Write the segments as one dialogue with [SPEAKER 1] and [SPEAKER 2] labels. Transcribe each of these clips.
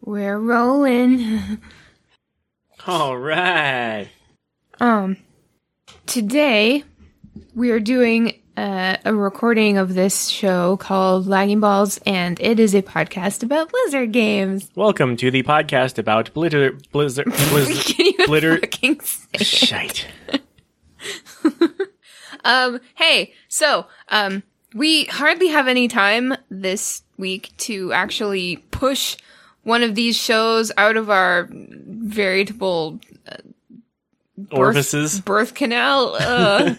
[SPEAKER 1] We're rolling.
[SPEAKER 2] All right.
[SPEAKER 1] um, today we are doing uh, a recording of this show called Lagging Balls, and it is a podcast about Blizzard games.
[SPEAKER 2] Welcome to the podcast about Blizzard. Blizzard. Blizzard.
[SPEAKER 1] Can you
[SPEAKER 2] Blitter-
[SPEAKER 1] fucking say?
[SPEAKER 2] Shite.
[SPEAKER 1] Um, hey, so um, we hardly have any time this week to actually push one of these shows out of our veritable
[SPEAKER 2] Orifices.
[SPEAKER 1] birth canal. Uh,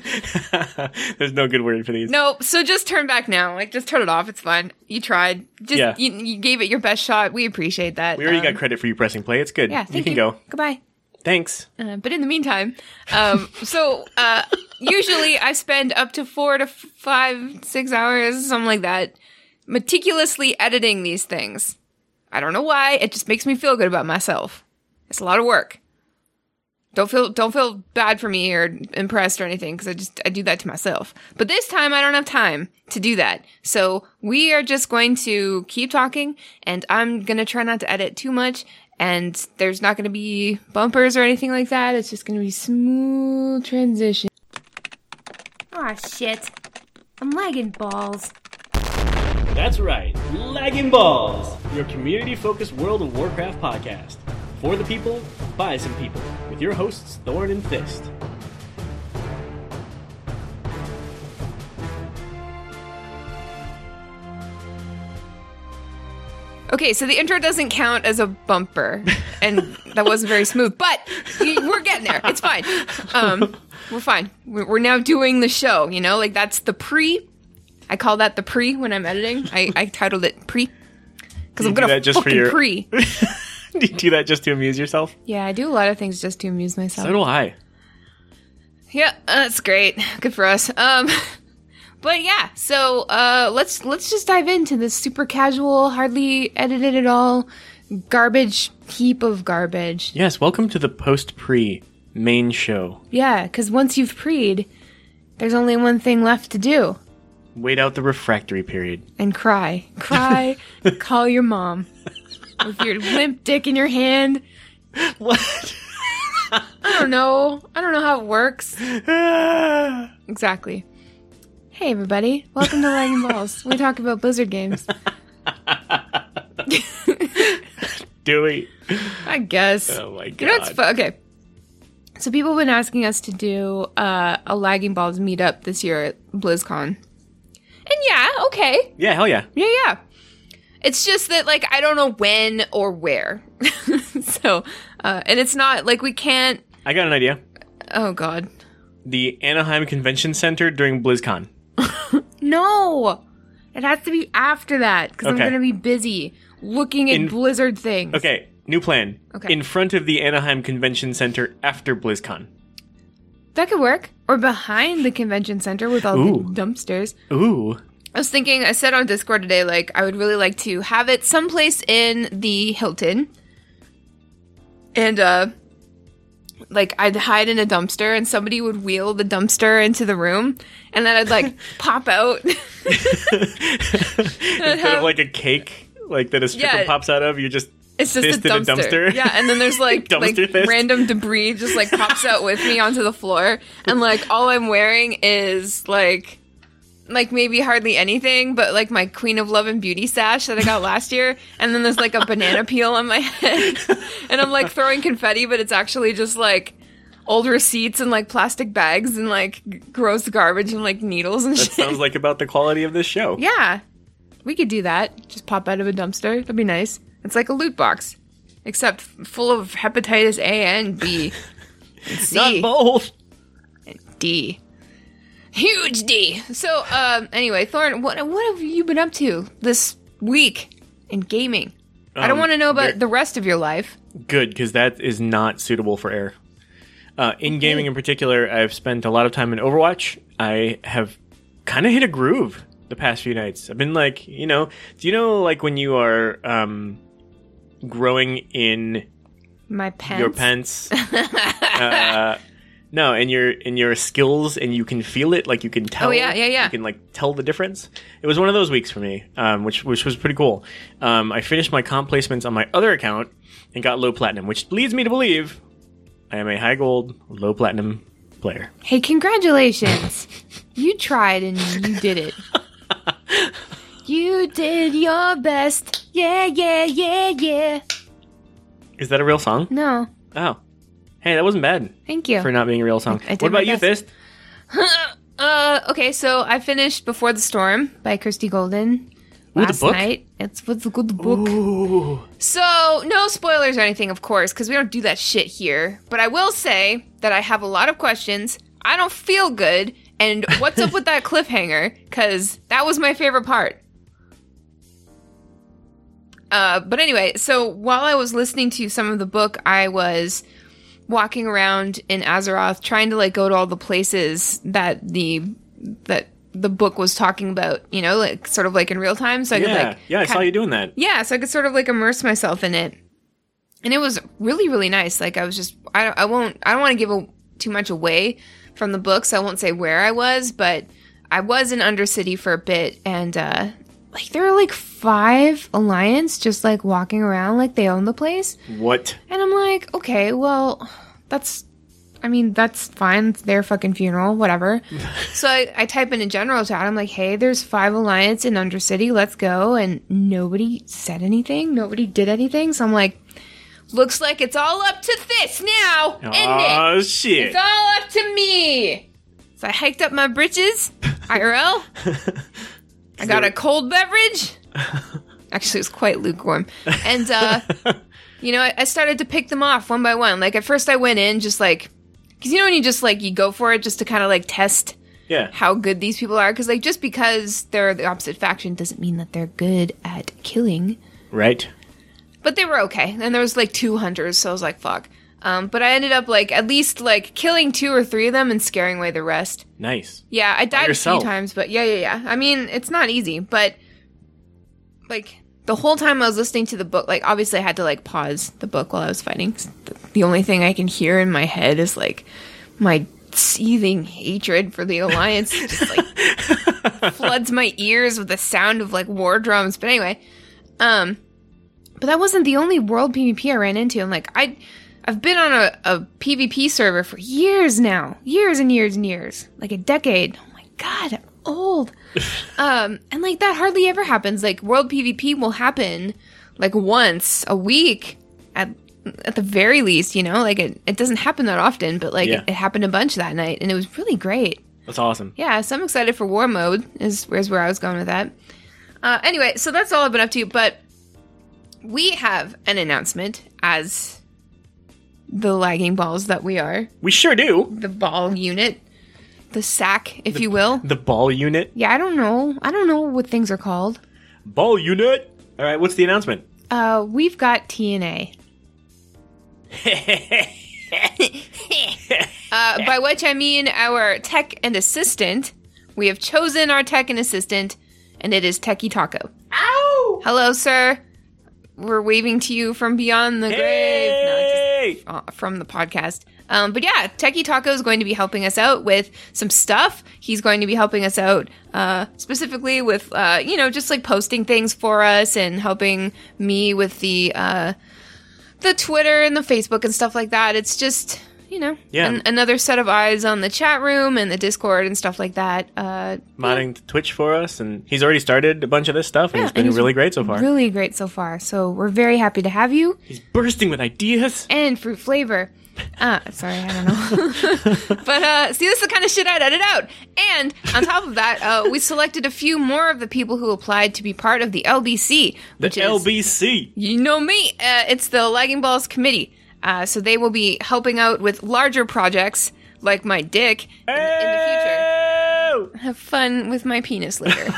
[SPEAKER 2] There's no good word for these.
[SPEAKER 1] No, so just turn back now. Like, just turn it off. It's fine. You tried. Just
[SPEAKER 2] Yeah.
[SPEAKER 1] you, you gave it your best shot. We appreciate that.
[SPEAKER 2] We already
[SPEAKER 1] Um,
[SPEAKER 2] got credit for you pressing play. It's good.
[SPEAKER 1] Yeah,
[SPEAKER 2] you
[SPEAKER 1] thank
[SPEAKER 2] can go.
[SPEAKER 1] Goodbye.
[SPEAKER 2] Thanks.
[SPEAKER 1] Uh, but in the meantime, um, so uh, usually I spend up to four to f- five, six hours, something like that, meticulously editing these things. I don't know why. It just makes me feel good about myself. It's a lot of work. Don't feel don't feel bad for me or impressed or anything because I just I do that to myself. But this time I don't have time to do that. So we are just going to keep talking, and I'm gonna try not to edit too much. And there's not gonna be bumpers or anything like that. It's just gonna be smooth transition.
[SPEAKER 3] Aw, Ah, shit. I'm lagging balls.
[SPEAKER 4] That's right, Lagging Balls, your community focused World of Warcraft podcast. For the people, by some people, with your hosts Thorn and Fist.
[SPEAKER 1] Okay, so the intro doesn't count as a bumper, and that wasn't very smooth, but we- we're getting there. It's fine. Um, we're fine. We're we're now doing the show. You know, like that's the pre. I call that the pre when I'm editing. I, I titled it pre because I'm
[SPEAKER 2] do
[SPEAKER 1] gonna
[SPEAKER 2] that just for
[SPEAKER 1] fucking
[SPEAKER 2] your-
[SPEAKER 1] pre.
[SPEAKER 2] Do you do that just to amuse yourself?
[SPEAKER 1] Yeah, I do a lot of things just to amuse myself.
[SPEAKER 2] So do I.
[SPEAKER 1] Yeah, that's great. Good for us. Um, but yeah, so uh, let's let's just dive into this super casual, hardly edited at all, garbage heap of garbage.
[SPEAKER 2] Yes, welcome to the post pre main show.
[SPEAKER 1] Yeah, because once you've preed, there's only one thing left to do
[SPEAKER 2] Wait out the refractory period.
[SPEAKER 1] and cry. Cry, call your mom with your limp dick in your hand.
[SPEAKER 2] What?
[SPEAKER 1] I don't know. I don't know how it works.
[SPEAKER 2] That's
[SPEAKER 1] Exactly. Hey, everybody. Welcome to Lagging Balls. We talk about Blizzard games.
[SPEAKER 2] Dewey.
[SPEAKER 1] I guess.
[SPEAKER 2] Oh my
[SPEAKER 1] You know what's
[SPEAKER 2] god.
[SPEAKER 1] fu- okay. So people have been asking us to do uh, a Lagging Balls meetup this year at BlizzCon. And yeah, okay.
[SPEAKER 2] yeah, hell yeah.
[SPEAKER 1] Yeah, yeah. It's just that like I don't know when or where. so, uh, and it's not like we can't.
[SPEAKER 2] I got an idea.
[SPEAKER 1] Oh God,
[SPEAKER 2] The Anaheim Convention Center during BlizzCon.
[SPEAKER 1] no! It has to be after that because
[SPEAKER 2] Okay.
[SPEAKER 1] I'm gonna be busy looking at
[SPEAKER 2] In-
[SPEAKER 1] Blizzard things.
[SPEAKER 2] Okay, new plan.
[SPEAKER 1] Okay.
[SPEAKER 2] In front of the Anaheim Convention Center after BlizzCon.
[SPEAKER 1] that could work. Or behind the convention center with all
[SPEAKER 2] Ooh.
[SPEAKER 1] the dumpsters.
[SPEAKER 2] Ooh.
[SPEAKER 1] I was thinking, I said on Discord today, like, I would really like to have it someplace in the Hilton. And, uh, like, I'd hide in a dumpster and somebody would wheel the dumpster into the room. And then I'd, like, pop out.
[SPEAKER 2] Instead of like a cake, like that a stripper
[SPEAKER 1] Yeah.
[SPEAKER 2] pops out of, you just
[SPEAKER 1] It's just
[SPEAKER 2] Fist
[SPEAKER 1] a
[SPEAKER 2] in a
[SPEAKER 1] dumpster.
[SPEAKER 2] dumpster.
[SPEAKER 1] Yeah. And then there's, like, like
[SPEAKER 2] Dumpster fist.
[SPEAKER 1] random debris just, like, pops out with me onto the floor. And, like, all I'm wearing is, like, like maybe hardly anything, but like my Queen of Love and Beauty sash that I got last year, and then there's like a banana peel on my head, and I'm like throwing confetti, but it's actually just like old receipts and like plastic bags and like g- gross garbage and like needles and
[SPEAKER 2] that
[SPEAKER 1] shit.
[SPEAKER 2] sounds like about the quality of this show.
[SPEAKER 1] yeah, we could do that. Just pop out of a dumpster. That'd be nice. It's like a loot box, except f- full of hepatitis A and B, and C.
[SPEAKER 2] Not both.
[SPEAKER 1] D. Huge D. So, um, anyway, Thorn, what what have you been up to this week in gaming? I don't
[SPEAKER 2] Um,
[SPEAKER 1] want to know about
[SPEAKER 2] there-
[SPEAKER 1] the rest of your life.
[SPEAKER 2] Good, because that is not suitable for air. Uh, in gaming in particular, I've spent a lot of time in Overwatch. I have kind of hit a groove the past few nights. I've been like, you know, do you know like when you are um, growing in
[SPEAKER 1] My pants.
[SPEAKER 2] your pants. uh, No, and your and your skills, and you can feel it. Like you can tell.
[SPEAKER 1] Oh, yeah, yeah, yeah.
[SPEAKER 2] You can like tell the difference. It was one of those weeks for me, um, which which was pretty cool. Um, I finished my comp placements on my other account and got low platinum, which leads me to believe I am a high gold, low platinum player.
[SPEAKER 1] Hey, congratulations. you tried and you did it.
[SPEAKER 3] You did your best. Yeah, yeah, yeah, yeah.
[SPEAKER 2] Is that a real song?
[SPEAKER 1] No.
[SPEAKER 2] Oh, hey, that wasn't bad
[SPEAKER 1] Thank you.
[SPEAKER 2] for not being a real song.
[SPEAKER 1] I did
[SPEAKER 2] what
[SPEAKER 1] my
[SPEAKER 2] about you,
[SPEAKER 1] best.
[SPEAKER 2] Fist?
[SPEAKER 1] Uh, okay, so I finished Before the Storm by Christy Golden last
[SPEAKER 2] book?
[SPEAKER 1] night. It's with a good book.
[SPEAKER 2] Ooh,
[SPEAKER 1] So, no spoilers or anything, of course, because we don't do that shit here. But I will say that I have a lot of questions. I don't feel good. And what's up with that cliffhanger? Because that was my favorite part. Uh, but anyway, so while I was listening to some of the book, I was walking around in Azeroth trying to like go to all the places that the that the book was talking about, you know, like sort of like in real time. So I could
[SPEAKER 2] yeah,
[SPEAKER 1] like
[SPEAKER 2] yeah. I
[SPEAKER 1] kinda-
[SPEAKER 2] saw you doing that.
[SPEAKER 1] yeah so i could sort of like immerse myself in it and it was really really nice like i was just i, I won't i don't want to give a, too much away from the book so i won't say where i was but i was in undercity for a bit and uh like there were like five alliance just like walking around like they own the place
[SPEAKER 2] What?
[SPEAKER 1] and i'm like okay well that's i mean that's fine it's their fucking funeral whatever so I, I type in a general chat i'm like hey there's five alliance in undercity let's go and nobody said anything nobody did anything so i'm like looks like it's all up to this now isn't it
[SPEAKER 2] Oh shit!
[SPEAKER 1] it's all up to me so i hiked up my britches irl i got a cold beverage actually it was quite lukewarm and uh you know, I, I started to pick them off one by one. Like at first, I went in just like, because you know when you just like you go for it just to kind of like test
[SPEAKER 2] yeah.
[SPEAKER 1] how good these people are. Because like just because they're the opposite faction doesn't mean that they're good at killing.
[SPEAKER 2] Right.
[SPEAKER 1] But they were okay. And there was like two hunters, so I was like, fuck. Um, but I ended up like at least like killing two or three of them and scaring away the rest.
[SPEAKER 2] Nice.
[SPEAKER 1] Yeah, I died a few
[SPEAKER 2] yourself.
[SPEAKER 1] times, but yeah, yeah, yeah. I mean, it's not easy, but like the whole time I was listening to the book, like obviously I had to like pause the book while I was fighting. 'cause The, the only thing I can hear in my head is like my seething hatred for the alliance just like floods my ears with the sound of like war drums. But anyway, um but that wasn't the only world PvP I ran into. I'm like I I've been on a, a PvP server for years now. Years and years and years. Like a decade. Oh my god, I'm old. um, and like that hardly ever happens. Like world PvP will happen like once a week at at the very least, you know? Like it, it doesn't happen that often, but like
[SPEAKER 2] Yeah.
[SPEAKER 1] it, it happened a bunch that night and it was really great.
[SPEAKER 2] That's awesome.
[SPEAKER 1] Yeah, so I'm excited for war mode is where's where I was going with that. Uh, anyway, so that's all I've been up to, but we have an announcement as the lagging balls that we are,
[SPEAKER 2] We sure do.
[SPEAKER 1] the ball unit, the sack, if you will.
[SPEAKER 2] The ball unit.
[SPEAKER 1] Yeah, I don't know. I don't know what things are called.
[SPEAKER 2] Ball unit. All right. What's the announcement?
[SPEAKER 1] Uh, we've got TNA. Uh, by which I mean our tech and assistant. We have chosen our tech and assistant, and it is Techie Taco. Ow! Hello, sir. We're waving to you from beyond the grave. No, I just-
[SPEAKER 2] Hey!
[SPEAKER 1] uh, from the podcast. Um, but yeah, Techie Taco is going to be helping us out with some stuff. He's going to be helping us out uh, specifically with, uh, you know, just like posting things for us and helping me with the uh, the Twitter and the Facebook and stuff like that. It's just, you know,
[SPEAKER 2] Yeah.
[SPEAKER 1] an- another set of eyes on the chat room and the Discord and stuff like that. Uh,
[SPEAKER 2] Modding the Twitch for us, and he's already started a bunch of this stuff, and it's
[SPEAKER 1] and
[SPEAKER 2] been
[SPEAKER 1] he's
[SPEAKER 2] really great so far.
[SPEAKER 1] really great so far. So we're very happy to have you.
[SPEAKER 2] he's bursting with ideas.
[SPEAKER 1] and fruit flavor. Uh, sorry, I don't know. but uh, see, this is the kind of shit I'd edit out. And on top of that, uh, we selected a few more of the people who applied to be part of the LBC,
[SPEAKER 2] The
[SPEAKER 1] which is
[SPEAKER 2] LBC.
[SPEAKER 1] you know me. Uh, it's the Lagging Balls Committee. Uh, so they will be helping out with larger projects like my dick in, the- in the future.
[SPEAKER 2] Oh!
[SPEAKER 1] Have fun with my penis later.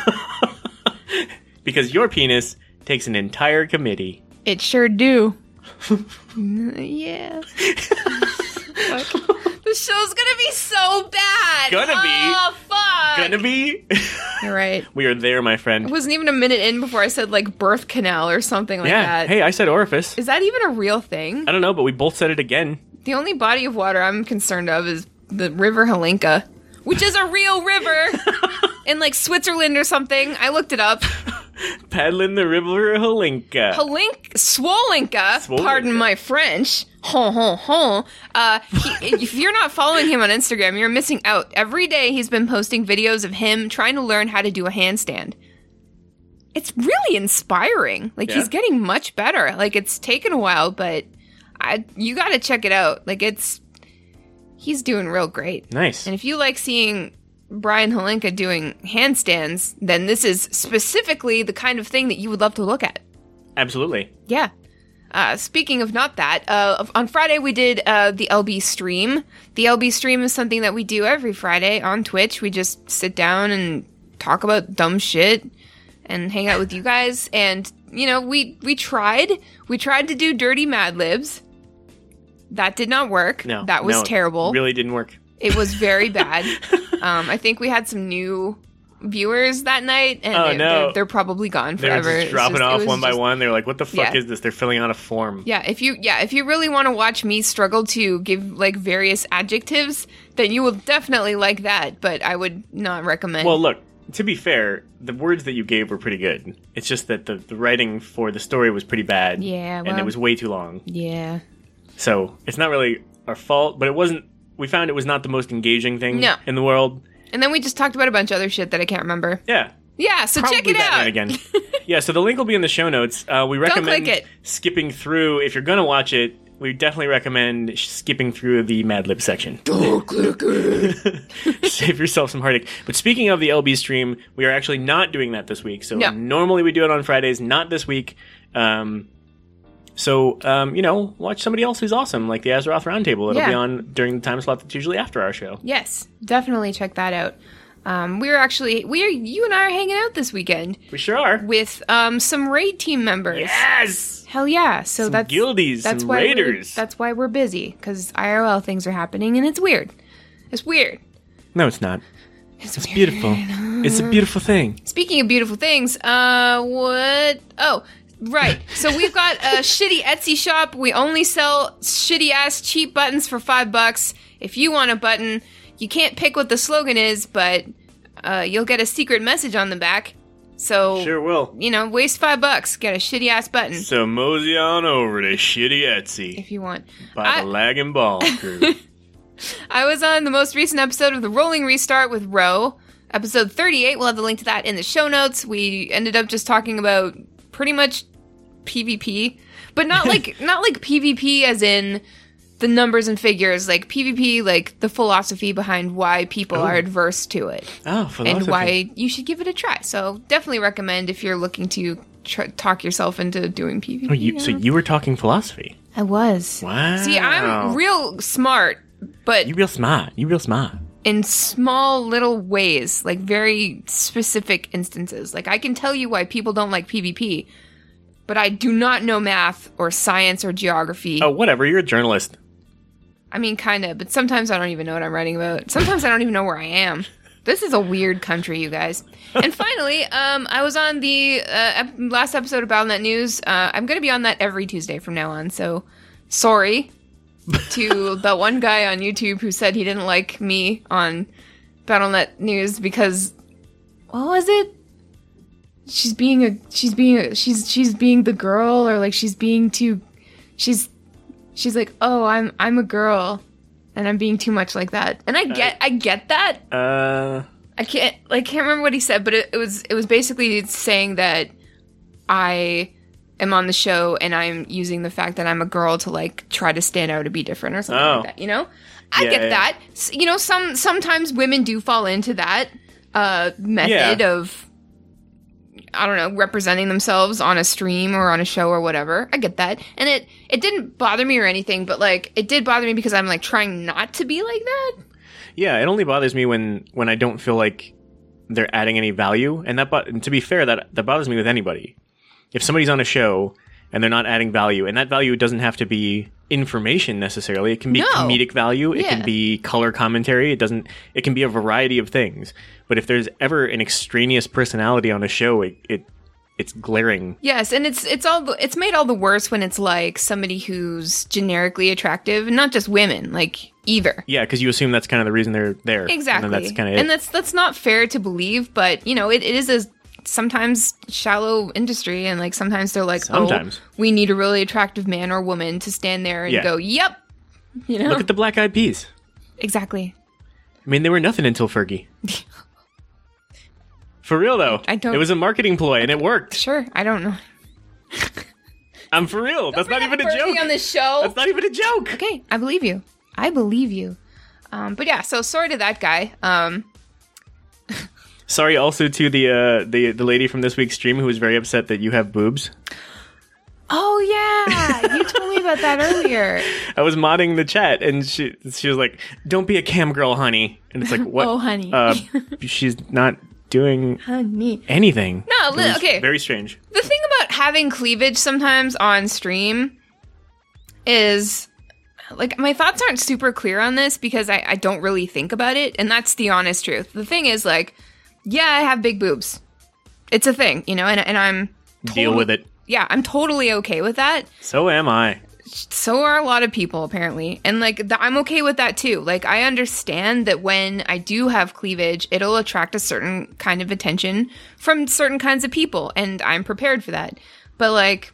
[SPEAKER 2] Because your penis takes an entire committee.
[SPEAKER 1] It sure do. yeah. Fuck. The show's gonna be so bad.
[SPEAKER 2] Gonna be.
[SPEAKER 1] Oh fuck.
[SPEAKER 2] Gonna be.
[SPEAKER 1] You're right.
[SPEAKER 2] we are there, my
[SPEAKER 1] It
[SPEAKER 2] friend.
[SPEAKER 1] wasn't even a minute in before I said like birth canal or something like
[SPEAKER 2] Yeah.
[SPEAKER 1] that.
[SPEAKER 2] Hey, Uh, I said orifice.
[SPEAKER 1] Is that even a real thing?
[SPEAKER 2] I don't know, but we both said it again.
[SPEAKER 1] The only body of water I'm concerned of is the River Helinka, which is a real river in like Switzerland or something. I looked it up.
[SPEAKER 2] Paddling the river Holinka.
[SPEAKER 1] Helink Swolinka, pardon
[SPEAKER 2] Swolenka.
[SPEAKER 1] my French. Hon, hon, hon. Uh, he, if you're not following him on Instagram, you're missing out. Every day he's been posting videos of him trying to learn how to do a handstand. It's really inspiring. Like
[SPEAKER 2] Yeah.
[SPEAKER 1] he's getting much better. Like it's taken a while, but I you got to check it out. Like it's he's doing real great.
[SPEAKER 2] nice.
[SPEAKER 1] And if you like seeing Brian Holinka doing handstands, then this is specifically the kind of thing that you would love to look at.
[SPEAKER 2] Absolutely.
[SPEAKER 1] Yeah. Uh, speaking of not that, uh, of- on Friday we did uh, the LB stream. The LB stream is something that we do every Friday on Twitch. We just sit down and talk about dumb shit and hang out with you guys. And you know, we we tried. We tried to do dirty Mad Libs. That did not work.
[SPEAKER 2] No.
[SPEAKER 1] that was
[SPEAKER 2] no,
[SPEAKER 1] terrible.
[SPEAKER 2] Really didn't work.
[SPEAKER 1] It was very bad. um, I think we had some new viewers that night, and
[SPEAKER 2] Oh,
[SPEAKER 1] they,
[SPEAKER 2] no.
[SPEAKER 1] are probably gone
[SPEAKER 2] They were
[SPEAKER 1] forever.
[SPEAKER 2] just
[SPEAKER 1] It's
[SPEAKER 2] dropping
[SPEAKER 1] just- it
[SPEAKER 2] off
[SPEAKER 1] was
[SPEAKER 2] one by
[SPEAKER 1] just-
[SPEAKER 2] one. They were like, what the fuck
[SPEAKER 1] Yeah.
[SPEAKER 2] is this? They're filling out a form.
[SPEAKER 1] Yeah, if you yeah if you really want to watch me struggle to give like various adjectives, then you will definitely like that. But I would not recommend.
[SPEAKER 2] Well, look, to be fair, the words that you gave were pretty good. It's just that the, the writing for the story was pretty bad.
[SPEAKER 1] Yeah,
[SPEAKER 2] and it
[SPEAKER 1] well-
[SPEAKER 2] was way too long.
[SPEAKER 1] yeah,
[SPEAKER 2] So it's not really our fault, but it wasn't. We found it was not the most engaging thing
[SPEAKER 1] No.
[SPEAKER 2] in the world.
[SPEAKER 1] and then we just talked about a bunch of other shit that I can't remember.
[SPEAKER 2] Yeah.
[SPEAKER 1] Yeah, so
[SPEAKER 2] Probably
[SPEAKER 1] check it
[SPEAKER 2] Batman
[SPEAKER 1] out.
[SPEAKER 2] again. yeah, so the link will be in the show notes. Uh, we recommend
[SPEAKER 1] click it.
[SPEAKER 2] skipping through. If you're going to watch it, we definitely recommend sh- skipping through the Mad Lib section. Save yourself some heartache. But speaking of the LB stream, we are actually not doing that this week. So
[SPEAKER 1] No.
[SPEAKER 2] normally we do it on Fridays, not this week. Um, so, um, you know, watch somebody else who's awesome, like the Azeroth Roundtable. It'll
[SPEAKER 1] Yeah.
[SPEAKER 2] be on during the time slot that's usually after our show.
[SPEAKER 1] Yes, definitely check that out. Um, we're actually we are you and I are hanging out this weekend
[SPEAKER 2] We sure are.
[SPEAKER 1] with um, some raid team members.
[SPEAKER 2] Yes!
[SPEAKER 1] Hell yeah! So that's
[SPEAKER 2] Guildies
[SPEAKER 1] That's
[SPEAKER 2] and
[SPEAKER 1] why we're-
[SPEAKER 2] Raiders.
[SPEAKER 1] That's why we're busy because IRL things are happening and it's weird. It's weird.
[SPEAKER 2] No, it's not.
[SPEAKER 1] It's,
[SPEAKER 2] It's
[SPEAKER 1] weird.
[SPEAKER 2] beautiful. It's a beautiful thing.
[SPEAKER 1] Speaking of beautiful things, uh, what? Oh, right. So we've got a shitty Etsy shop. We only sell shitty ass cheap buttons for five bucks. If you want a button, you can't pick what the slogan is, but uh, you'll get a secret message on the back. So
[SPEAKER 2] will.
[SPEAKER 1] you know, waste five bucks, get a shitty ass button
[SPEAKER 2] So mosey on over to Shitty Etsy
[SPEAKER 1] if you want.
[SPEAKER 2] by
[SPEAKER 1] I-
[SPEAKER 2] the Lagging Ball crew.
[SPEAKER 1] I was on the most recent episode of the Rolling Restart with Ro, episode 38. We'll have the link to that in the show notes. We ended up just talking about pretty much PvP, but not like not like PvP as in the numbers and figures, like PvP, like the philosophy behind why people are adverse to it
[SPEAKER 2] oh, philosophy.
[SPEAKER 1] and why you should give it a try. So definitely recommend if you're looking to tr- talk yourself into doing PvP.
[SPEAKER 2] Oh, you, so you were talking philosophy.
[SPEAKER 1] I was.
[SPEAKER 2] Wow.
[SPEAKER 1] See, I'm real smart, but
[SPEAKER 2] You real smart. You real smart.
[SPEAKER 1] in small little ways, like very specific instances. Like I can tell you why people don't like PvP, but I do not know math or science or geography.
[SPEAKER 2] Oh, whatever. You're a journalist.
[SPEAKER 1] I mean, kind of, but sometimes I don't even know what I'm writing about. Sometimes I don't even know where I am. This is a weird country, you guys. And finally, um, I was on the uh, ep- last episode of BattleNet News. Uh, I'm going to be on that every Tuesday from now on. So, sorry to the one guy on YouTube who said he didn't like me on BattleNet News because what was it? She's being a she's being a she's she's being the girl or like she's being too she's she's like, "Oh, I'm I'm a girl, and I'm being too much like that." And I get I get that.
[SPEAKER 2] Uh,
[SPEAKER 1] I can't like can't remember what he said, but it, it was it was basically saying that I am on the show and I'm using the fact that I'm a girl to like try to stand out to be different or something
[SPEAKER 2] Oh.
[SPEAKER 1] like that. You know, I
[SPEAKER 2] Yeah,
[SPEAKER 1] get
[SPEAKER 2] yeah.
[SPEAKER 1] that. S- You know, some sometimes women do fall into that uh, method of. I don't know, representing themselves on a stream or on a show or whatever. I get that. And it it didn't bother me or anything, but like it did bother me because I'm like trying not to be like that.
[SPEAKER 2] yeah. It only bothers me when when I don't feel like they're adding any value, and that. But and to be fair, that that bothers me with anybody. If somebody's on a show and they're not adding value, and that value doesn't have to be information necessarily. It can be
[SPEAKER 1] No.
[SPEAKER 2] comedic value. It can
[SPEAKER 1] Yeah.
[SPEAKER 2] be color commentary. It doesn't. It can be a variety of things. But if there's ever an extraneous personality on a show, it, it it's glaring.
[SPEAKER 1] Yes, and it's it's all the, it's made all the worse when it's like somebody who's generically attractive, and not just women, like either.
[SPEAKER 2] Yeah, because you assume that's kind of the reason they're there.
[SPEAKER 1] Exactly.
[SPEAKER 2] And then that's kind of it.
[SPEAKER 1] And that's that's not fair to believe, but you know, it, it is a sometimes shallow industry and like sometimes they're like,
[SPEAKER 2] Sometimes.
[SPEAKER 1] Oh, we need a really attractive man or woman to stand there and
[SPEAKER 2] Yeah.
[SPEAKER 1] go, Yep. You know?
[SPEAKER 2] Look at the black eyed peas.
[SPEAKER 1] exactly.
[SPEAKER 2] I mean, they were nothing until Fergie. For real though,
[SPEAKER 1] I don't-
[SPEAKER 2] It was a marketing ploy, and it worked.
[SPEAKER 1] Sure. I don't know.
[SPEAKER 2] I'm for real. That's not
[SPEAKER 1] We're
[SPEAKER 2] even a
[SPEAKER 1] Fergie
[SPEAKER 2] joke.
[SPEAKER 1] on this show.
[SPEAKER 2] That's not even a joke.
[SPEAKER 1] okay, I believe you. I believe you. Um, but yeah, so sorry to that guy. Um,
[SPEAKER 2] Sorry, also to the uh, the the lady from this week's stream who was very upset that you have boobs.
[SPEAKER 1] oh yeah, you told me about that earlier.
[SPEAKER 2] I was modding the chat, and she she was like, "Don't be a cam girl, honey." And it's like, "What?
[SPEAKER 1] Oh, honey.
[SPEAKER 2] Uh, she's not doing
[SPEAKER 1] Honey.
[SPEAKER 2] anything."
[SPEAKER 1] No,
[SPEAKER 2] It
[SPEAKER 1] li-
[SPEAKER 2] was
[SPEAKER 1] okay.
[SPEAKER 2] Very strange.
[SPEAKER 1] The thing about having cleavage sometimes on stream is like my thoughts aren't super clear on this because I, I don't really think about it, and that's the honest truth. The thing is like, yeah, I have big boobs. It's a thing, you know, and and I'm
[SPEAKER 2] Deal with it.
[SPEAKER 1] yeah, I'm totally okay with that.
[SPEAKER 2] So am I.
[SPEAKER 1] so are a lot of people apparently and like the, i'm okay with that too like i understand that when i do have cleavage it'll attract a certain kind of attention from certain kinds of people and i'm prepared for that but like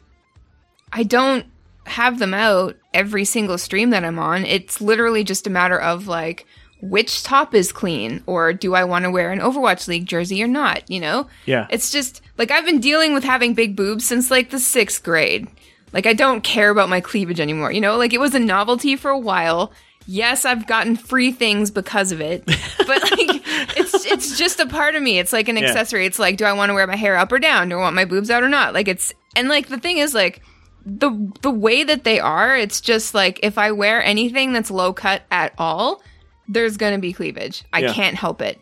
[SPEAKER 1] i don't have them out every single stream that i'm on it's literally just a matter of like which top is clean or do i want to wear an overwatch league jersey or not you know
[SPEAKER 2] Yeah.
[SPEAKER 1] it's just like I've been dealing with having big boobs since like the sixth grade. Like I don't care about my cleavage anymore. You know, like it was a novelty for a while. Yes, I've gotten free things because of it, but like it's it's just a part of me. It's like an accessory. It's like, do I want to wear my hair up or down? Do I want my boobs out or not? Like it's and like the thing is like the the way that they are. It's just like if I wear anything that's low cut at all, there's gonna be cleavage. I
[SPEAKER 2] Yeah.
[SPEAKER 1] can't help it.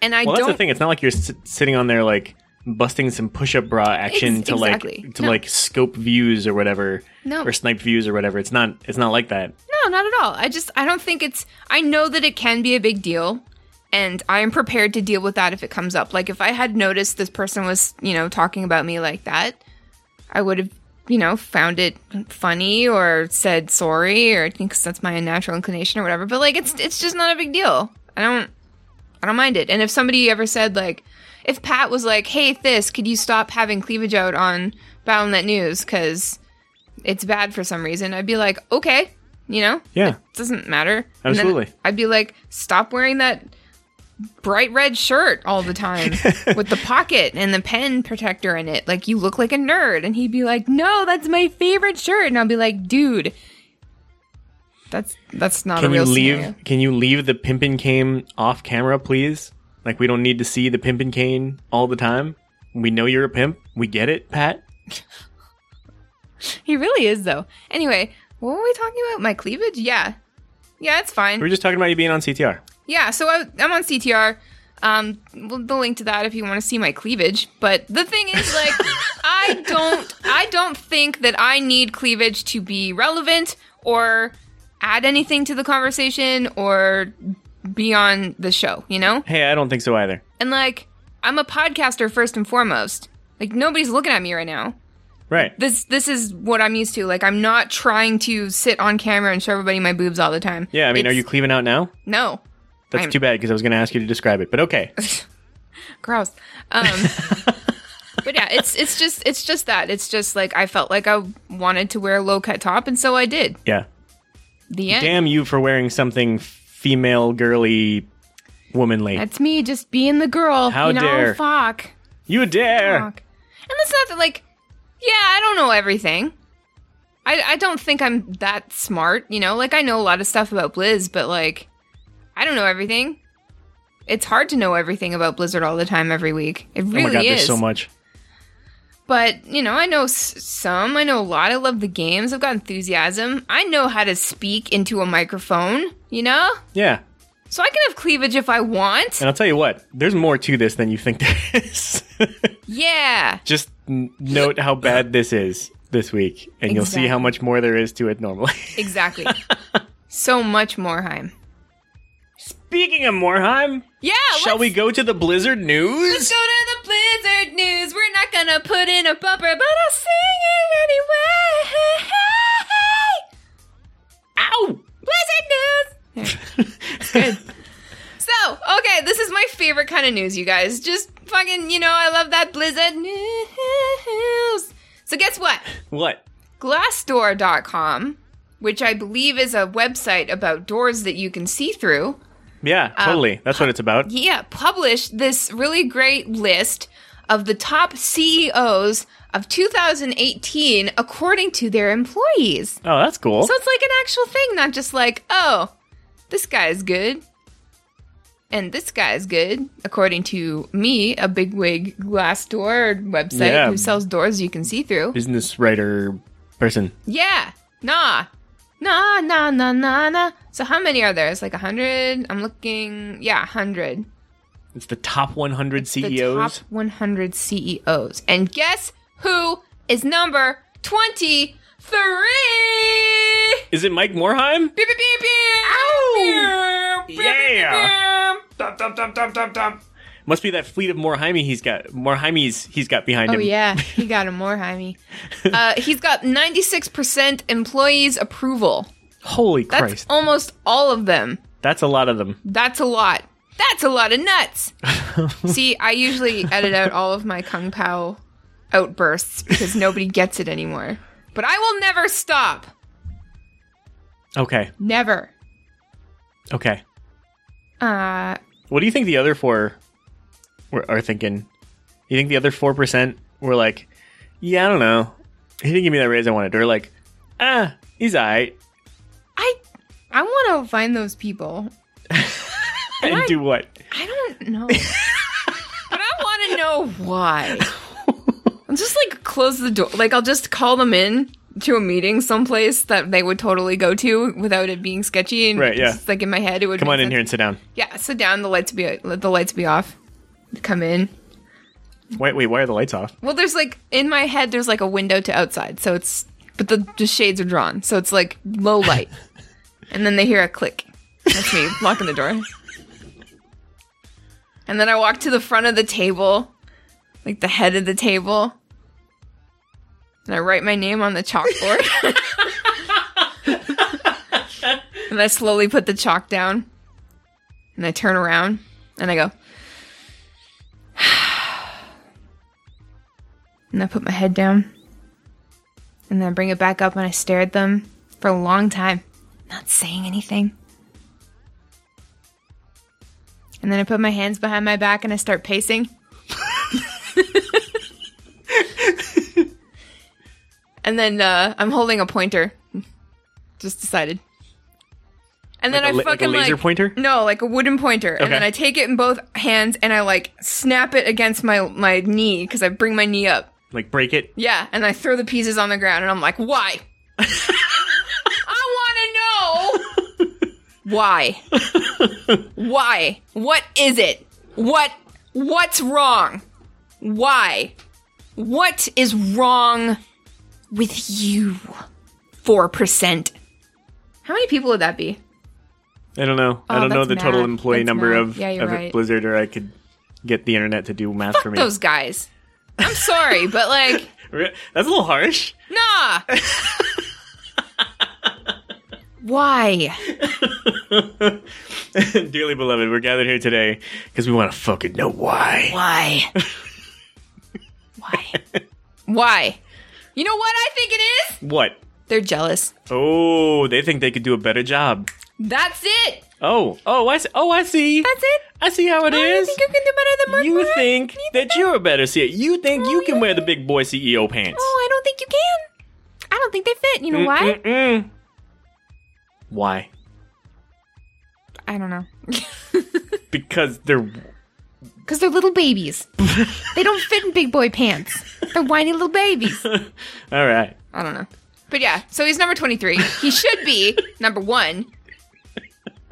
[SPEAKER 1] And I
[SPEAKER 2] Well, that's
[SPEAKER 1] don't
[SPEAKER 2] the thing. It's not like you're s- sitting on there like busting some push-up bra action
[SPEAKER 1] Ex-
[SPEAKER 2] to
[SPEAKER 1] exactly.
[SPEAKER 2] like to
[SPEAKER 1] No.
[SPEAKER 2] like scope views or whatever,
[SPEAKER 1] No.
[SPEAKER 2] or snipe views or whatever. It's not. It's not like that.
[SPEAKER 1] No, not at all. I just I don't think it's I know that it can be a big deal and I am prepared to deal with that if it comes up. Like if I had noticed this person was, you know, talking about me like that, I would have, you know, found it funny or said sorry or I think 'cause that's my natural inclination or whatever. But like it's it's just not a big deal. I don't I don't mind it. And if somebody ever said like if Pat was like, "Hey, this, could you stop having cleavage out on Battle.net News cuz it's bad for some reason." I'd be like, "Okay." You know?
[SPEAKER 2] Yeah.
[SPEAKER 1] doesn't matter. And
[SPEAKER 2] Absolutely.
[SPEAKER 1] then I'd be like, stop wearing that bright red shirt all the time with the pocket and the pen protector in it. Like, you look like a nerd. And he'd be like, no, that's my favorite shirt. And I'll be like, dude, that's that's not
[SPEAKER 2] Can
[SPEAKER 1] a
[SPEAKER 2] you
[SPEAKER 1] real
[SPEAKER 2] leave?
[SPEAKER 1] scenario.
[SPEAKER 2] Can you leave the pimpin' cane off camera, please? Like we don't need to see the pimpin' cane all the time. We know you're a pimp. We get it, Pat.
[SPEAKER 1] He really is, though. Anyway, what were we talking about? My cleavage? Yeah. Yeah, it's fine.
[SPEAKER 2] We were just talking about you being on CTR.
[SPEAKER 1] Yeah, so I, I'm on CTR. Um, we'll- the link to that if you want to see my cleavage. But the thing is, like, I don't, I don't think that I need cleavage to be relevant or add anything to the conversation or be on the show. You know,
[SPEAKER 2] Hey, I don't think so either.
[SPEAKER 1] and like, I'm a podcaster first and foremost. Like, nobody's looking at me right now
[SPEAKER 2] Right.
[SPEAKER 1] this this is what I'm used to. Like I'm not trying to sit on camera and show everybody my boobs all the time.
[SPEAKER 2] Yeah. I mean,
[SPEAKER 1] It's-
[SPEAKER 2] are you cleaving out now?
[SPEAKER 1] No,
[SPEAKER 2] That's
[SPEAKER 1] I'm-
[SPEAKER 2] too bad because I was going to ask you to describe it. But okay.
[SPEAKER 1] gross. Um, but yeah, it's it's just it's just that it's just like I felt like I wanted to wear a low cut top, and so I did.
[SPEAKER 2] Yeah.
[SPEAKER 1] The end.
[SPEAKER 2] Damn you for wearing something female, girly, womanly.
[SPEAKER 1] That's me, just being the girl.
[SPEAKER 2] How
[SPEAKER 1] you know,
[SPEAKER 2] dare.
[SPEAKER 1] fuck,
[SPEAKER 2] you dare.
[SPEAKER 1] fuck. And that's not that like, yeah, I don't know everything. I I don't think I'm that smart. You know, like I know a lot of stuff about Blizz, but like, I don't know everything. It's hard to know everything about Blizzard all the time every week. It really
[SPEAKER 2] oh my god,
[SPEAKER 1] is.
[SPEAKER 2] there's so much.
[SPEAKER 1] But, you know, I know s- some. I know a lot. I love the games. I've got enthusiasm. I know how to speak into a microphone, you know?
[SPEAKER 2] Yeah.
[SPEAKER 1] So I can have cleavage if I want.
[SPEAKER 2] And I'll tell you what, there's more to this than you think there is.
[SPEAKER 1] Yeah.
[SPEAKER 2] Just n- note how bad this is this week, and you'll see how
[SPEAKER 1] Exactly.
[SPEAKER 2] much more there is to it normally.
[SPEAKER 1] Exactly. so much more, Heim.
[SPEAKER 2] Speaking of Morheim,
[SPEAKER 1] Yeah.
[SPEAKER 2] shall
[SPEAKER 1] let's-
[SPEAKER 2] we go to the Blizzard
[SPEAKER 1] Let's
[SPEAKER 2] news?
[SPEAKER 1] go to the Blizzard news. We're not going to put in a bumper, but I'll sing it anyway.
[SPEAKER 2] Ow!
[SPEAKER 1] Blizzard news. good. so, okay, this is my favorite kind of news, you guys. Just fucking, you know, I love that Blizzard news. So, guess what?
[SPEAKER 2] What?
[SPEAKER 1] Glassdoor.com, which I believe is a website about doors that you can see through,
[SPEAKER 2] Yeah,
[SPEAKER 1] Uh,
[SPEAKER 2] totally. That's what it's about.
[SPEAKER 1] yeah, published this really great list of the top CEOs of 2018 according to their employees.
[SPEAKER 2] Oh, that's cool.
[SPEAKER 1] So it's like an actual thing, not just like, oh, this guy's good. And this guy's good, according to me, a bigwig glass door website
[SPEAKER 2] Yeah.
[SPEAKER 1] who sells doors you can see through.
[SPEAKER 2] Business writer person.
[SPEAKER 1] Yeah. Nah. Nah, nah, nah, nah, nah. So how many are there? It's like a hundred. I'm looking. Yeah, hundred.
[SPEAKER 2] It's the top 100
[SPEAKER 1] The
[SPEAKER 2] CEOs.
[SPEAKER 1] top 100 CEOs. E And guess who is number 23?
[SPEAKER 2] Is it Mike Morheim?
[SPEAKER 1] Beep, beep, beep, beep. Ow!
[SPEAKER 2] Yeah. Must be that fleet of Morheimi he's got. Morheimis he's got behind
[SPEAKER 1] Oh
[SPEAKER 2] him.
[SPEAKER 1] yeah, he got him more, Jaime. Uh, he's got 96% employees approval.
[SPEAKER 2] Holy
[SPEAKER 1] That's
[SPEAKER 2] Christ.
[SPEAKER 1] almost all of them.
[SPEAKER 2] That's a lot of them.
[SPEAKER 1] That's a lot. That's a lot of nuts. See, I usually edit out all of my kung pao outbursts because nobody gets it anymore. But I will never stop.
[SPEAKER 2] Okay.
[SPEAKER 1] Never.
[SPEAKER 2] Okay.
[SPEAKER 1] Uh,
[SPEAKER 2] What do you think the other four were, are thinking? You think the other four percent were like, "Yeah, I don't know. He didn't give me that raise I wanted," or like, "Ah, he's alright."
[SPEAKER 1] I I want to find those people.
[SPEAKER 2] And do what?
[SPEAKER 1] I don't know. but I want to know why. I'll just like close the door. Like I'll just call them in to a meeting someplace that they would totally go to without it being sketchy. And
[SPEAKER 2] Right, yeah.
[SPEAKER 1] Just, like in my head, it would
[SPEAKER 2] Come
[SPEAKER 1] make
[SPEAKER 2] on in
[SPEAKER 1] sense.
[SPEAKER 2] here and sit down.
[SPEAKER 1] Yeah. Sit down. The lights be let the lights be off. Come in.
[SPEAKER 2] Wait, wait. Why are the lights off?
[SPEAKER 1] Well, there's like in my head, there's like a window to outside, so it's but the, the shades are drawn, so it's like low light, and then they hear a click. That's me locking the door, and then I walk to the front of the table, like the head of the table, and I write my name on the chalkboard, and I slowly put the chalk down, and I turn around, and I go. and I put my head down. And then I bring it back up and I stare at them for a long time, not saying anything. And then I put my hands behind my back and I start pacing. and then uh, I'm holding a pointer. Just decided. And then I
[SPEAKER 2] Like a la- like a
[SPEAKER 1] fucking
[SPEAKER 2] laser pointer?
[SPEAKER 1] No, like a wooden pointer. And then
[SPEAKER 2] Okay.
[SPEAKER 1] I take it in both hands and I like snap it against my my knee because I bring my knee up.
[SPEAKER 2] Like break it.
[SPEAKER 1] Yeah, and I throw the pieces on the ground and I'm like, why? I want to know why. Why? What is it? What what's wrong? Why? What is wrong with you? 4%. How many people would that be?
[SPEAKER 2] I don't know. I
[SPEAKER 1] Oh,
[SPEAKER 2] don't know
[SPEAKER 1] that's
[SPEAKER 2] the total
[SPEAKER 1] mad.
[SPEAKER 2] employee
[SPEAKER 1] That's
[SPEAKER 2] number
[SPEAKER 1] mad.
[SPEAKER 2] of,
[SPEAKER 1] Yeah, you're
[SPEAKER 2] of
[SPEAKER 1] right.
[SPEAKER 2] Blizzard, or I could get the internet to do math for me.
[SPEAKER 1] Those guys. I'm sorry, but like
[SPEAKER 2] Re- That's a little harsh.
[SPEAKER 1] Nah. Why?
[SPEAKER 2] Dearly beloved, we're gathered here today because we want to fucking know why.
[SPEAKER 1] Why? Why? Why? You know what I think it is?
[SPEAKER 2] What?
[SPEAKER 1] They're jealous.
[SPEAKER 2] Oh, they think they could do a better job.
[SPEAKER 1] That's it.
[SPEAKER 2] Oh, oh, I see. Oh, I see.
[SPEAKER 1] That's it.
[SPEAKER 2] I see how it
[SPEAKER 1] I
[SPEAKER 2] is.
[SPEAKER 1] think you can do better than Mark
[SPEAKER 2] You
[SPEAKER 1] Maron.
[SPEAKER 2] think that you're a better CEO. You think you can
[SPEAKER 1] yeah.
[SPEAKER 2] wear the big boy CEO pants.
[SPEAKER 1] Oh, I don't think you can. I don't think they fit.
[SPEAKER 2] Mm,
[SPEAKER 1] You know Oh, why?
[SPEAKER 2] Mm-mm. Why?
[SPEAKER 1] I don't know.
[SPEAKER 2] Because they're
[SPEAKER 1] Because they're little babies. they don't fit in big boy pants. They're whiny little babies.
[SPEAKER 2] all right.
[SPEAKER 1] I don't know. But yeah, so he's number 23. He should be number one.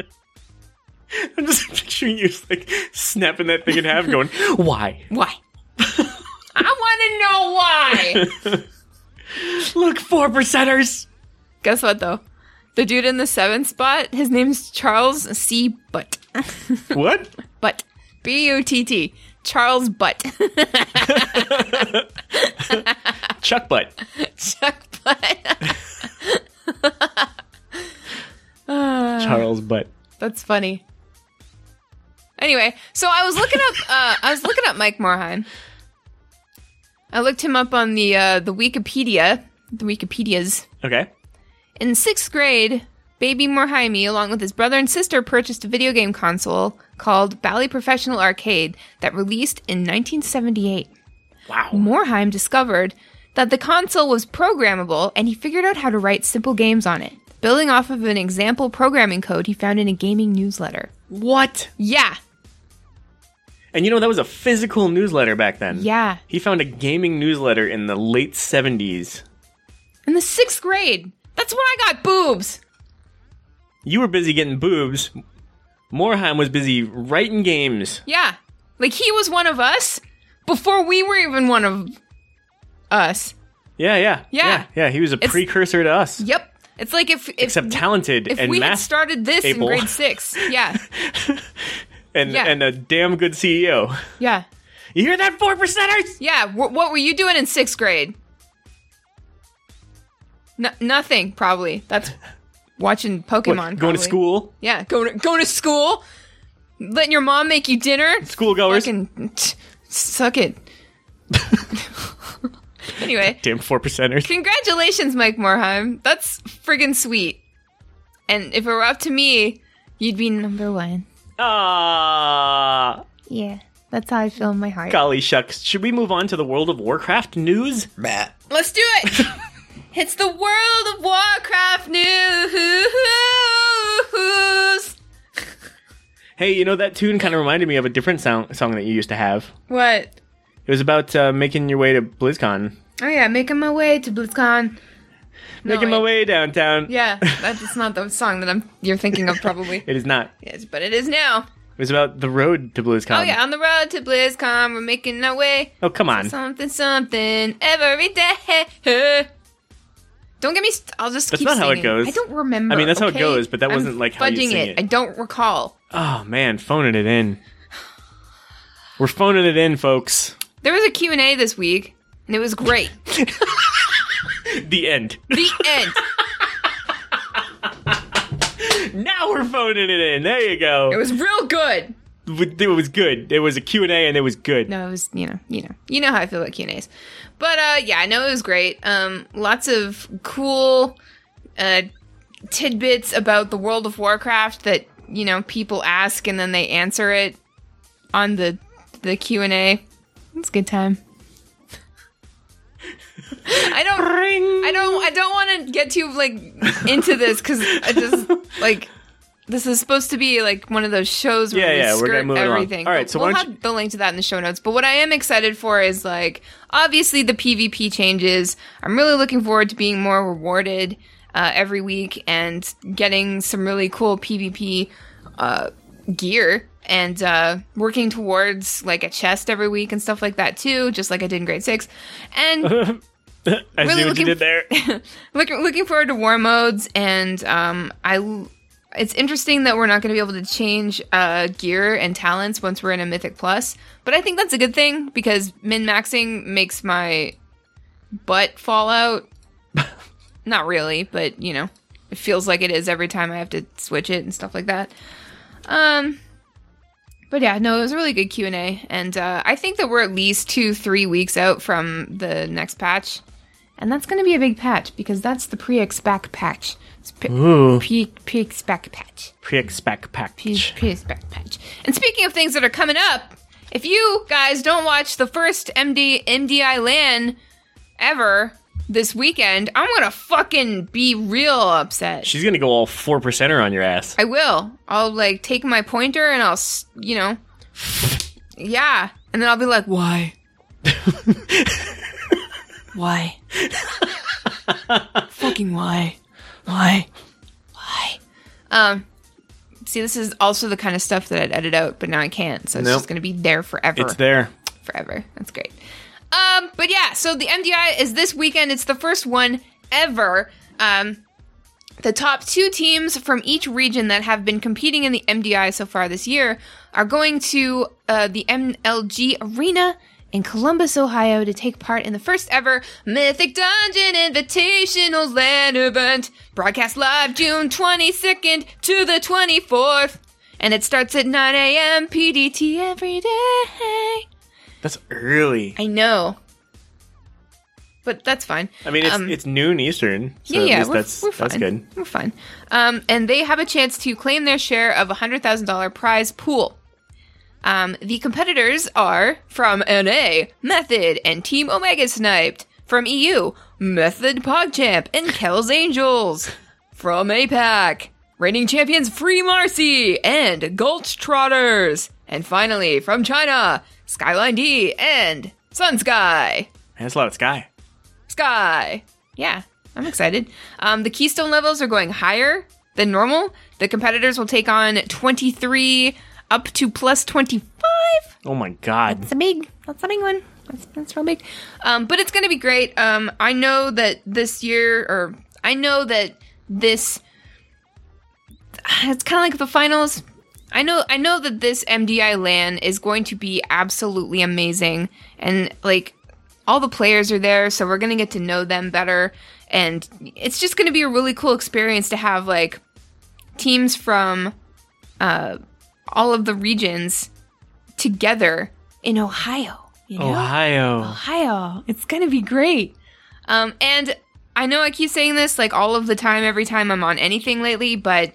[SPEAKER 2] I'm just picturing you just, like snapping that thing in half, going, "Why?
[SPEAKER 1] Why? I want to know why.
[SPEAKER 2] Look, four percenters."
[SPEAKER 1] Guess what though? The dude in the seventh spot, his name's Charles C. Butt.
[SPEAKER 2] What?
[SPEAKER 1] Butt. B U T T. Charles Butt.
[SPEAKER 2] Chuck butt.
[SPEAKER 1] Chuck Butt.
[SPEAKER 2] Charles butt.
[SPEAKER 1] Uh. That's funny. Anyway, so I was looking up. Uh, I was looking up Mike Morhaime. I looked him up on the uh, the Wikipedia, the Wikipedia's.
[SPEAKER 2] Okay.
[SPEAKER 1] In sixth grade, baby Morhaime, along with his brother and sister, purchased a video game console called Bally Professional Arcade that released in 1978.
[SPEAKER 2] Wow.
[SPEAKER 1] Morheim discovered that the console was programmable and he figured out how to write simple games on it, building off of an example programming code he found in a gaming newsletter.
[SPEAKER 2] What?
[SPEAKER 1] Yeah,
[SPEAKER 2] And you know that was a physical newsletter back then.
[SPEAKER 1] yeah.
[SPEAKER 2] He found a gaming newsletter in the late 70s.
[SPEAKER 1] In the sixth grade. That's when I got boobs.
[SPEAKER 2] You were busy getting boobs. Morheim was busy writing games.
[SPEAKER 1] Yeah. Like he was one of us before we were even one of us.
[SPEAKER 2] Yeah, yeah.
[SPEAKER 1] Yeah.
[SPEAKER 2] Yeah, yeah, he was a precursor to us.
[SPEAKER 1] Yep. It's like if if,
[SPEAKER 2] Except talented
[SPEAKER 1] if
[SPEAKER 2] and
[SPEAKER 1] we had
[SPEAKER 2] math
[SPEAKER 1] started this
[SPEAKER 2] able.
[SPEAKER 1] in grade six. Yeah.
[SPEAKER 2] and
[SPEAKER 1] yeah.
[SPEAKER 2] and a damn good CEO.
[SPEAKER 1] Yeah.
[SPEAKER 2] You hear that 4 percenters?
[SPEAKER 1] Yeah, wh- what were you doing in sixth grade? N- nothing, probably. That's watching Pokemon.
[SPEAKER 2] Going
[SPEAKER 1] probably.
[SPEAKER 2] to school.
[SPEAKER 1] Yeah, going to, going to school. Letting your mom make you dinner.
[SPEAKER 2] Schoolgoers.
[SPEAKER 1] Fucking t- suck it. anyway,
[SPEAKER 2] Damn 4 percenters.
[SPEAKER 1] congratulations, Mike Morheim. That's friggin' sweet. And if it were up to me, you'd be number one.
[SPEAKER 2] Ah.
[SPEAKER 1] Yeah, that's how I feel in my heart.
[SPEAKER 2] Golly shucks, should we move on to the World of Warcraft news?
[SPEAKER 5] Matt.
[SPEAKER 1] Let's do it. it's the World of Warcraft news.
[SPEAKER 2] Hey, you know that tune kind of reminded me of a different sound- song that you used to have.
[SPEAKER 1] What?
[SPEAKER 2] It was about uh, making your way to BlizzCon,
[SPEAKER 1] Oh yeah, making my way to BlizzCon. No,
[SPEAKER 2] making my
[SPEAKER 1] it-
[SPEAKER 2] way downtown.
[SPEAKER 1] Yeah, that's not the song that I'm you're thinking of probably.
[SPEAKER 2] It is not. It
[SPEAKER 1] yes, but it is now.
[SPEAKER 2] was about the road to BlizzCon.
[SPEAKER 1] oh yeah, on the road to BlizzCon, we're making our way.
[SPEAKER 2] Oh come on.
[SPEAKER 1] Something, something, every day. Don't get me. St- I'll just.
[SPEAKER 2] That's
[SPEAKER 1] keep
[SPEAKER 2] not how it
[SPEAKER 1] singing.
[SPEAKER 2] goes.
[SPEAKER 1] I don't remember.
[SPEAKER 2] I mean, that's how it
[SPEAKER 1] okay?
[SPEAKER 2] goes, but that
[SPEAKER 1] I'm
[SPEAKER 2] wasn't, like, how you
[SPEAKER 1] fudging
[SPEAKER 2] sing it.
[SPEAKER 1] I don't recall.
[SPEAKER 2] Oh man, phoning it in. We're phoning it in, folks.
[SPEAKER 1] There was a Q&A this week, and it was great.
[SPEAKER 2] The end.
[SPEAKER 1] The end.
[SPEAKER 2] now we're phoning it in. There you go.
[SPEAKER 1] It was real good.
[SPEAKER 2] It was good. It was a Q and A, and it was good.
[SPEAKER 1] No, it was you know, you know, you know how I feel about Q and A's. But uh, yeah, I know it was great. Um, lots of cool uh, tidbits about the World of Warcraft that you know people ask and then they answer it on the the Q and A. It's a good time. I don't.
[SPEAKER 2] Ring.
[SPEAKER 1] I don't. I don't want to get too like into this because I just like this is supposed to be like one of those shows where
[SPEAKER 2] Yeah,
[SPEAKER 1] we
[SPEAKER 2] yeah, we're
[SPEAKER 1] skirt
[SPEAKER 2] gonna move it along.
[SPEAKER 1] everything.
[SPEAKER 2] All right, so why
[SPEAKER 1] we'll
[SPEAKER 2] don't
[SPEAKER 1] have the link to that in the show notes. But what I am excited for is like obviously the PvP changes. I'm really looking forward to being more rewarded uh, every week and getting some really cool PvP uh, gear and uh, working towards like a chest every week and stuff like that too, just like I did in grade six. And
[SPEAKER 2] I
[SPEAKER 1] really
[SPEAKER 2] see what you
[SPEAKER 1] looking-
[SPEAKER 2] did there.
[SPEAKER 1] looking looking forward to war modes and um I l- it's interesting that we're not going to be able to change uh, gear and talents once we're in a mythic plus, but I think that's a good thing because min maxing makes my butt fall out. not really, but you know, it feels like it is every time I have to switch it and stuff like that. Um, but yeah, no, it was a really good Q and A, and uh, I think that we're at least two, three weeks out from the next patch. And that's going to be a big patch because that's the pre-ex back patch. It's pre-
[SPEAKER 2] Ooh,
[SPEAKER 1] pre- pre-ex back patch.
[SPEAKER 2] pre-expect
[SPEAKER 1] Pre-
[SPEAKER 2] package.
[SPEAKER 1] Pre-ex back patch. And speaking of things that are coming up, if you guys don't watch the first MD MDI LAN ever this weekend, I'm going to fucking be real upset.
[SPEAKER 2] She's gonna go all four percenter on your ass.
[SPEAKER 1] I will. I'll like take my pointer and I'll, s- you know, yeah, and then I'll be like, why? why? Fucking why? Why? Why? Um. See, this is also the kind of stuff that I'd edit out, but now I can't. So it's
[SPEAKER 2] Nope.
[SPEAKER 1] just going to be there forever
[SPEAKER 2] It's there.
[SPEAKER 1] forever. That's great. Um, but yeah, so the MDI is this weekend. It's the first one ever. Um, the top two teams from each region that have been competing in the MDI so far this year are going to uh, the MLG Arena in Columbus, Ohio, to take part in the first ever Mythic Dungeon Invitational Land event, broadcast live June 22nd to the 24th. and it starts at 9 a.m. PDT every day.
[SPEAKER 2] That's early.
[SPEAKER 1] I know. But that's fine.
[SPEAKER 2] I mean, it's,
[SPEAKER 1] Um,
[SPEAKER 2] it's noon Eastern. So
[SPEAKER 1] yeah,
[SPEAKER 2] at
[SPEAKER 1] yeah,
[SPEAKER 2] least
[SPEAKER 1] we're,
[SPEAKER 2] that's
[SPEAKER 1] we're fine.
[SPEAKER 2] that's good.
[SPEAKER 1] We're fine. Um, and they have a chance to claim their share of a hundred thousand dollar prize pool. Um, the competitors are from NA Method and Team Omega Sniped. From EU Method PogChamp and Kells Angels. From APAC reigning champions Free Marcy and Gulch Trotters. And finally from China Skyline D and Sun Sky.
[SPEAKER 2] Man, that's a lot of sky.
[SPEAKER 1] Sky. Yeah, I'm excited. Um, the keystone levels are going higher than normal. The competitors will take on 23 up to plus 25.
[SPEAKER 2] Oh my god.
[SPEAKER 1] It's a big, that's a big one. That's, that's real big. Um, but it's going to be great. Um, I know that this year, or I know that this, it's kind of like the finals. I know, I know that this MDI LAN is going to be absolutely amazing, and like all the players are there, so we're gonna get to know them better, and it's just gonna be a really cool experience to have like teams from uh, all of the regions together in Ohio. You know?
[SPEAKER 2] Ohio.
[SPEAKER 1] Ohio. It's gonna be great. Um, and I know I keep saying this like all of the time, every time I'm on anything lately, but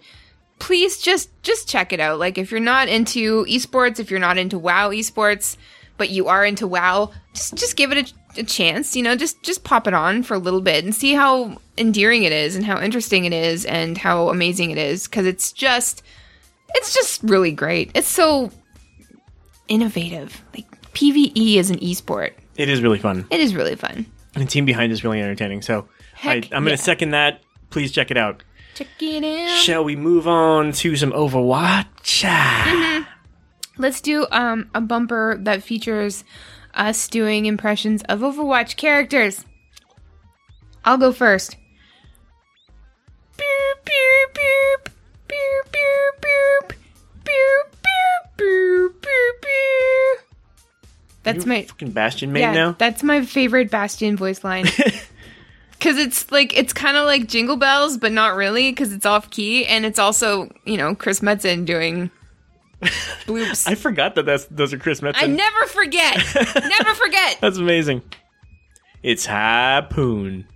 [SPEAKER 1] please just just check it out. Like if you're not into esports, if you're not into WoW esports, but you are into WoW, just just give it a, a chance. You know, just just pop it on for a little bit and see how endearing it is, and how interesting it is, and how amazing it is. Because it's just it's just really great. It's so innovative. Like PVE is an esport.
[SPEAKER 2] It is really fun.
[SPEAKER 1] It is really fun.
[SPEAKER 2] And the team behind is really entertaining. So I,
[SPEAKER 1] Heck
[SPEAKER 2] I'm going to
[SPEAKER 1] yeah.
[SPEAKER 2] second that. Please check it out.
[SPEAKER 1] Check it out.
[SPEAKER 2] Shall we move on to some Overwatch? Ah,
[SPEAKER 1] Mm-hmm. Let's do um, a bumper that features us doing impressions of Overwatch characters. I'll go first. Boop, boop, boop. Boop, boop, boop. Boop, boop, boop, boop, boop. That's
[SPEAKER 2] you
[SPEAKER 1] my
[SPEAKER 2] fucking Bastion main now.
[SPEAKER 1] That's my favorite Bastion voice line. Cause it's like it's kind of like Jingle Bells, but not really, because it's off key, and it's also you know Chris Metzen doing bloops.
[SPEAKER 2] I forgot that that's those are Chris Metzen.
[SPEAKER 1] I never forget, never forget.
[SPEAKER 2] That's amazing. It's Harpoon.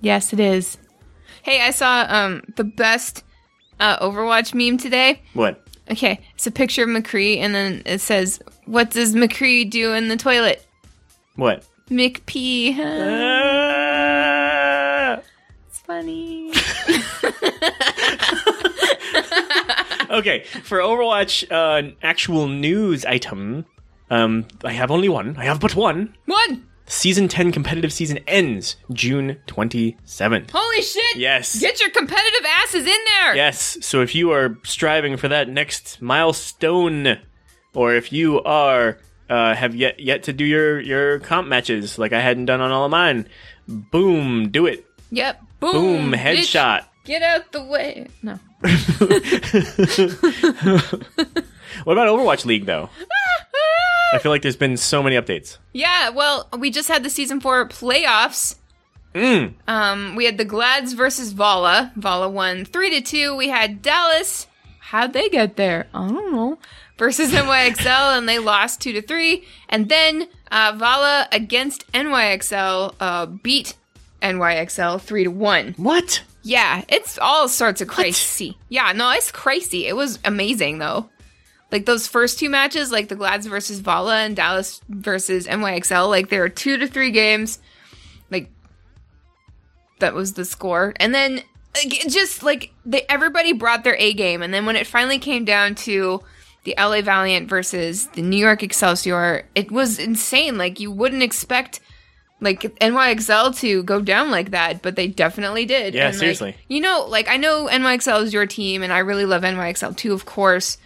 [SPEAKER 1] Yes, it is. Hey, I saw um the best uh, Overwatch meme today.
[SPEAKER 2] What?
[SPEAKER 1] Okay, it's a picture of McCree, and then it says, "What does McCree do in the toilet?"
[SPEAKER 2] What?
[SPEAKER 1] McPee. Huh?
[SPEAKER 2] Ah!
[SPEAKER 1] It's funny.
[SPEAKER 2] okay, for Overwatch, uh, an actual news item. Um, I have only one. I have but one.
[SPEAKER 1] One.
[SPEAKER 2] Season 10 competitive season ends June 27th.
[SPEAKER 1] Holy shit!
[SPEAKER 2] Yes.
[SPEAKER 1] Get your competitive asses in there!
[SPEAKER 2] Yes, so if you are striving for that next milestone, or if you are uh, have yet yet to do your your comp matches like I hadn't done on all of mine, boom, do it.
[SPEAKER 1] Yep. Boom.
[SPEAKER 2] Boom,
[SPEAKER 1] bitch.
[SPEAKER 2] headshot.
[SPEAKER 1] Get out the way. No.
[SPEAKER 2] What about Overwatch League though? I feel like there's been so many updates.
[SPEAKER 1] Yeah, well, we just had the season four playoffs.
[SPEAKER 2] Mm.
[SPEAKER 1] Um, we had the Glads versus Vala. Vala won three to two. We had Dallas. How'd they get there? I don't know. Versus NYXL, and they lost two to three. And then uh, Vala against NYXL uh, beat NYXL three to one.
[SPEAKER 2] What?
[SPEAKER 1] Yeah, it's all sorts of crazy. Yeah, no, it's crazy. It was amazing though. Like those first two matches, like the Glads versus Vala and Dallas versus NYXL, like there were two to three games. Like that was the score. And then like, it just like they, everybody brought their A game and then when it finally came down to the LA Valiant versus the New York Excelsior, it was insane. Like you wouldn't expect like NYXL to go down like that, but they definitely did.
[SPEAKER 2] Yeah,
[SPEAKER 1] And, like,
[SPEAKER 2] seriously.
[SPEAKER 1] you know, like I know NYXL is your team, and I really love NYXL too, of course.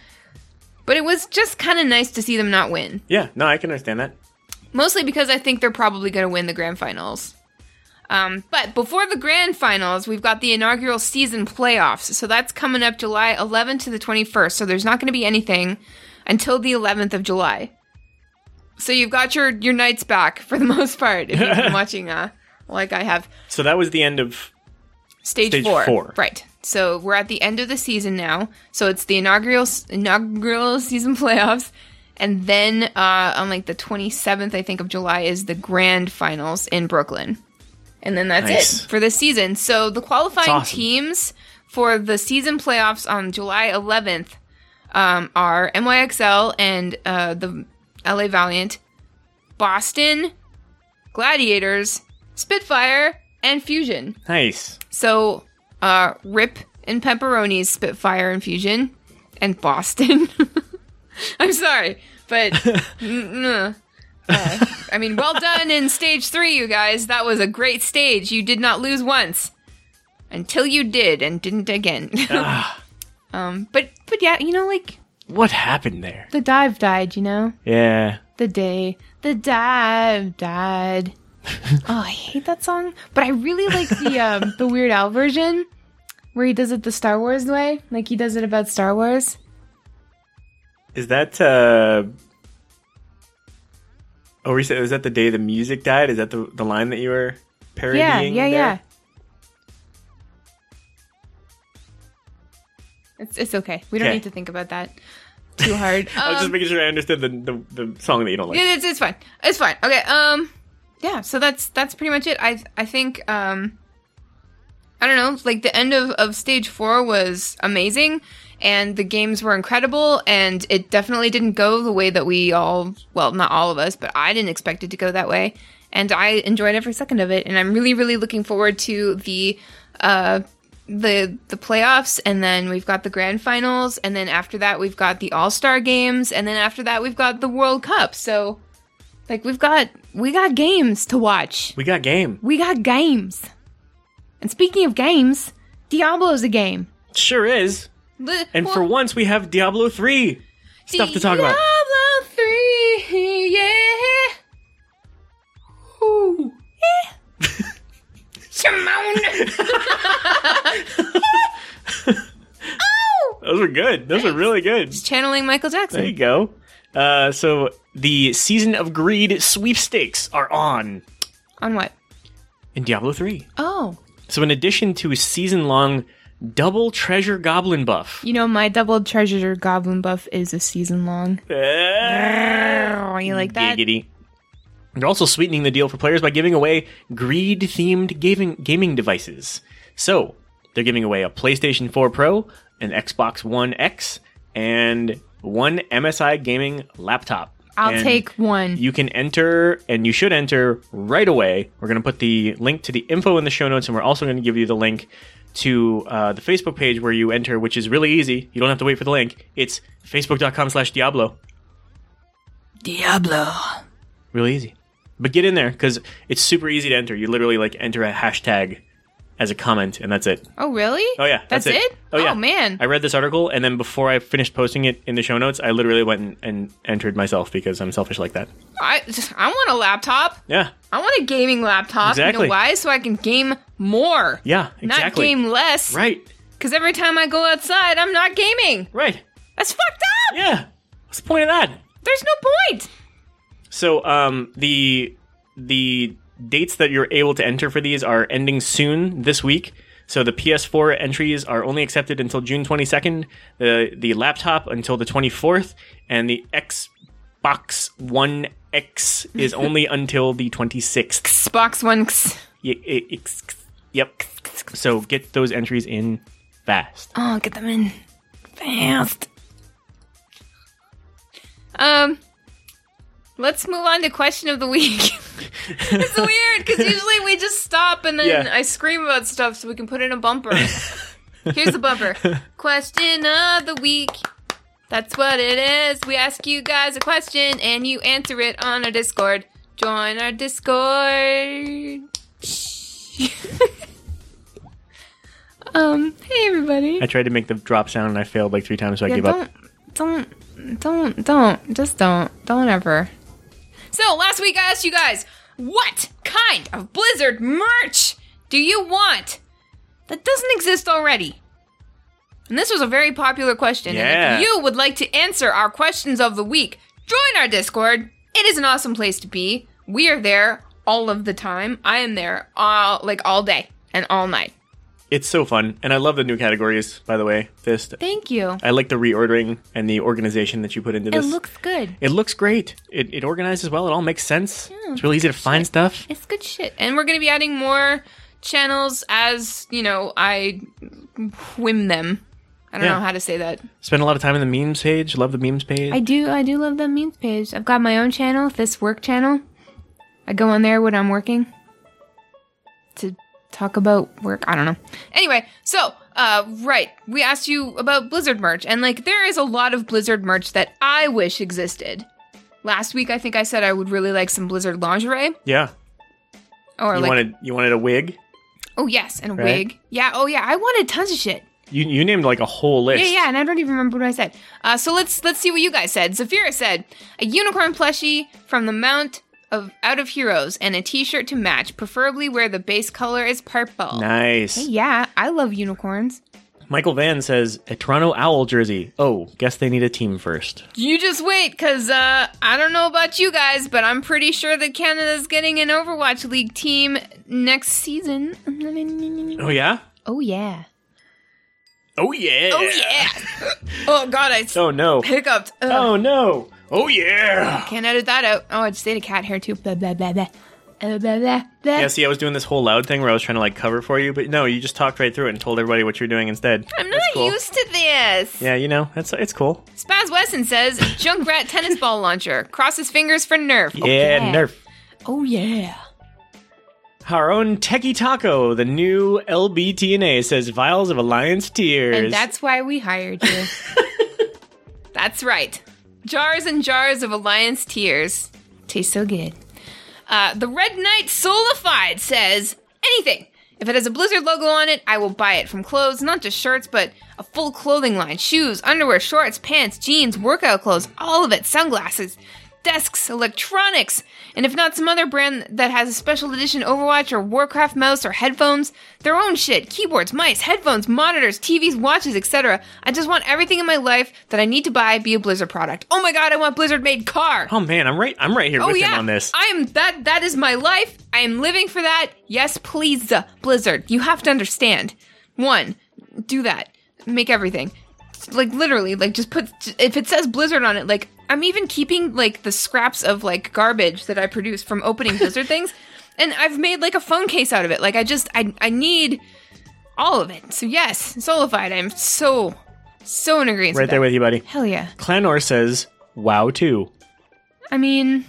[SPEAKER 1] But it was just kind of nice to see them not win,
[SPEAKER 2] Yeah, no, I can understand that.
[SPEAKER 1] mostly because I think they're probably going to win the grand finals. Um, but before the grand finals, we've got the inaugural season playoffs, so that's coming up July 11th to the 21st. So there's not going to be anything until the 11th of July. So you've got your your nights back for the most part if you've been watching, uh, like I have.
[SPEAKER 2] So that was the end of
[SPEAKER 1] Stage,
[SPEAKER 2] Stage
[SPEAKER 1] four.
[SPEAKER 2] four.
[SPEAKER 1] Right. So we're at the end of the season now. So it's the inaugural inaugural season playoffs, and then uh, on like the 27th, I think of July is the grand finals in Brooklyn, and then that's
[SPEAKER 2] Nice.
[SPEAKER 1] it for this season. So the qualifying
[SPEAKER 2] awesome.
[SPEAKER 1] teams for the season playoffs on July 11th um, are NYXL and uh, the LA Valiant, Boston, Gladiators, Spitfire, and Fusion.
[SPEAKER 2] Nice.
[SPEAKER 1] So, uh, Rip and Pepperoni's Spitfire Infusion and Boston. I'm sorry, but n- n- uh, I mean, well done in stage three, you guys. That was a great stage. You did not lose once until you did and didn't again. um, but but yeah, you know, like
[SPEAKER 2] What happened there?
[SPEAKER 1] the dive died. You know,
[SPEAKER 2] Yeah.
[SPEAKER 1] the day the dive died. oh, I hate that song, but I really like the um, the Weird Al version where he does it the Star Wars way, like he does it about Star Wars.
[SPEAKER 2] Is that uh Oh, we said- is that the day the music died? Is that the the line that you were
[SPEAKER 1] Yeah,
[SPEAKER 2] parodying?
[SPEAKER 1] yeah,
[SPEAKER 2] there?
[SPEAKER 1] yeah. It's it's okay. We don't
[SPEAKER 2] Okay.
[SPEAKER 1] need to think about that too hard.
[SPEAKER 2] I was
[SPEAKER 1] Um,
[SPEAKER 2] just making sure I understood the, the, the song that you don't like.
[SPEAKER 1] Yeah, it's, it's fine. It's fine. Okay. Um. Yeah. So that's that's pretty much it. I I think um. I don't know. Like the end of of stage four was amazing, and the games were incredible, and it definitely didn't go the way that we all well, not all of us, but I didn't expect it to go that way, and I enjoyed every second of it, and I'm really really looking forward to the uh the the playoffs and then we've got the grand finals and then after that we've got the all-star games and then after that we've got the world cup so like we've got we got games to watch
[SPEAKER 2] We got game.
[SPEAKER 1] we got games and speaking of games diablo's a game
[SPEAKER 2] Sure is.
[SPEAKER 1] Li-
[SPEAKER 2] And for
[SPEAKER 1] well,
[SPEAKER 2] once we have Diablo 3. stuff to talk about.
[SPEAKER 1] diablo 3 yeah Ooh. Eh. Shimon.
[SPEAKER 2] Those are good. Those are really good.
[SPEAKER 1] Oh. channeling michael jackson
[SPEAKER 2] There you go. Uh, so the season of greed sweepstakes are on
[SPEAKER 1] on what
[SPEAKER 2] in Diablo 3.
[SPEAKER 1] oh
[SPEAKER 2] So in addition to a season-long double treasure goblin buff,
[SPEAKER 1] You know, my double treasure goblin buff is a season long. Oh,
[SPEAKER 2] Ah,
[SPEAKER 1] you like that?
[SPEAKER 2] Giggity. They're also sweetening the deal for players by giving away greed themed gaming, gaming devices. So, they're giving away a PlayStation 4 Pro, an Xbox One X, and one MSI gaming laptop.
[SPEAKER 1] I'll
[SPEAKER 2] And
[SPEAKER 1] take one.
[SPEAKER 2] You can enter, and you should enter right away. We're going to put the link to the info in the show notes, and we're also going to give you the link to uh, the Facebook page where you enter, which is really easy. You don't have to wait for the link. It's facebook.com slash Diablo.
[SPEAKER 1] Diablo.
[SPEAKER 2] really easy. But get in there because it's super easy to enter. You literally like enter a hashtag as a comment, and that's it.
[SPEAKER 1] Oh, really?
[SPEAKER 2] Oh yeah,
[SPEAKER 1] That's, it?
[SPEAKER 2] Oh yeah,
[SPEAKER 1] man.
[SPEAKER 2] I read this article, and then before I finished posting it in the show notes, I literally went and, and entered myself because I'm selfish like that.
[SPEAKER 1] I, I want a laptop.
[SPEAKER 2] Yeah,
[SPEAKER 1] I want a gaming laptop.
[SPEAKER 2] Exactly.
[SPEAKER 1] You know why? So I can game more.
[SPEAKER 2] yeah,
[SPEAKER 1] Not
[SPEAKER 2] exactly.
[SPEAKER 1] game less.
[SPEAKER 2] Right,
[SPEAKER 1] Because every time I go outside, I'm not gaming.
[SPEAKER 2] right.
[SPEAKER 1] That's fucked up.
[SPEAKER 2] Yeah. What's the point of that?
[SPEAKER 1] There's no point.
[SPEAKER 2] So um the the dates that you're able to enter for these are ending soon this week. So the PS4 entries are only accepted until June 22nd, the the laptop until the 24th, and the Xbox One X is only until the 26th.
[SPEAKER 1] Xbox One. X.
[SPEAKER 2] Y- i- x- x- Yep. So get those entries in fast.
[SPEAKER 1] Oh, get them in fast. Um, let's move on to question of the week. it's weird because usually we just stop and then
[SPEAKER 2] Yeah.
[SPEAKER 1] I scream about stuff so we can put in a bumper. Here's the bumper. Question of the week. That's what it is. We ask you guys a question and you answer it on our Discord. Join our Discord. um, hey everybody.
[SPEAKER 2] I tried to make the drop sound and I failed like three times, so I
[SPEAKER 1] Yeah,
[SPEAKER 2] gave up.
[SPEAKER 1] don't, don't, don't, don't, just don't, don't ever. So last week I asked you guys, what kind of Blizzard merch do you want that doesn't exist already? And this was a very popular question.
[SPEAKER 2] Yeah.
[SPEAKER 1] And if you would like to answer our questions of the week, join our Discord. It is an awesome place to be. We are there all of the time. I am there all like all day and all night.
[SPEAKER 2] It's so fun, and I love the new categories. By the way, Fist.
[SPEAKER 1] Thank you.
[SPEAKER 2] I like the reordering and the organization that you put into
[SPEAKER 3] It
[SPEAKER 2] this.
[SPEAKER 3] looks good.
[SPEAKER 2] It looks great. It, it organizes well. It all makes sense. It's really easy to find stuff.
[SPEAKER 1] It's good shit. And we're going to be adding more channels as, you know, I whim them. I don't
[SPEAKER 2] Yeah.
[SPEAKER 1] know how to say that.
[SPEAKER 2] Spend a lot of time in the memes page. Love the memes page.
[SPEAKER 1] I do I do love that memes page. I've got my own channel, this work channel. I go on there when I'm working to talk about work. I don't know. Anyway, so uh right, we asked you about Blizzard merch and like there is a lot of Blizzard merch that I wish existed. Last week I think I said I would really like some Blizzard lingerie
[SPEAKER 2] yeah.
[SPEAKER 1] or
[SPEAKER 2] You
[SPEAKER 1] like
[SPEAKER 2] wanted you wanted a wig.
[SPEAKER 1] oh yes, and a
[SPEAKER 2] Right.
[SPEAKER 1] wig. Yeah, oh yeah, I wanted tons of shit.
[SPEAKER 2] You you named like a whole list.
[SPEAKER 1] Yeah, yeah, and I don't even remember what I said. Uh, so let's let's see what you guys said. Zafira said a unicorn plushie from the Mount of Out of Heroes and a T-shirt to match, preferably where the base color is purple.
[SPEAKER 2] Nice.
[SPEAKER 1] Hey, yeah, I love unicorns.
[SPEAKER 2] Michael Van says a Toronto Owl jersey. Oh, guess they need a team first.
[SPEAKER 1] You just wait, cause uh, I don't know about you guys, but I'm pretty sure that Canada's getting an Overwatch League team next season.
[SPEAKER 2] Oh yeah.
[SPEAKER 1] Oh yeah.
[SPEAKER 2] Oh yeah.
[SPEAKER 1] Oh yeah. oh god, I s-
[SPEAKER 2] Oh no.
[SPEAKER 1] hiccuped. Ugh.
[SPEAKER 2] Oh no. Oh yeah.
[SPEAKER 1] Can't edit that out. Oh, I just ate a cat hair too. Blah blah blah blah. Uh, blah, blah, blah.
[SPEAKER 2] Yeah, see, I was doing this whole loud thing where I was trying to like cover for you, but no, you just talked right through it and told everybody what you're doing instead.
[SPEAKER 1] I'm not
[SPEAKER 2] That's cool.
[SPEAKER 1] used to this.
[SPEAKER 2] Yeah, you know, that's it's cool.
[SPEAKER 1] Spaz Wesson says Junkrat tennis ball launcher. Crosses fingers for Nerf.
[SPEAKER 2] Yeah, Nerf.
[SPEAKER 1] Oh yeah.
[SPEAKER 2] Our own Techie Taco, the new LBTNA, says vials of Alliance tears.
[SPEAKER 1] And that's why we hired you. that's right. Jars and jars of Alliance tears. Tastes so good. Uh, the Red Knight Solified says anything. If it has a Blizzard logo on it, I will buy it from clothes, not just shirts, but a full clothing line shoes, underwear, shorts, pants, jeans, workout clothes, all of it, sunglasses, desks, electronics, and if not some other brand that has a special edition Overwatch or Warcraft mouse or headphones, their own shit, keyboards, mice, headphones, monitors, TVs, watches, etc. I just want everything in my life that I need to buy be a Blizzard product. Oh my god, I want Blizzard made car.
[SPEAKER 2] oh man, I'm right. I'm right here
[SPEAKER 1] Oh
[SPEAKER 2] with
[SPEAKER 1] yeah,
[SPEAKER 2] him on this.
[SPEAKER 1] I am that. That is my life. I am living for that. Yes, please, uh, Blizzard. You have to understand. One, do that. Make everything. Like literally, like just put. If it says Blizzard on it, like I'm even keeping like the scraps of like garbage that I produce from opening Blizzard things, and I've made like a phone case out of it. Like I just, I, I need all of it. So yes, Solified. I'm so, so in agreement.
[SPEAKER 2] right there with you, buddy.
[SPEAKER 1] Hell yeah.
[SPEAKER 2] Clanor says, "Wow, too."
[SPEAKER 1] I mean,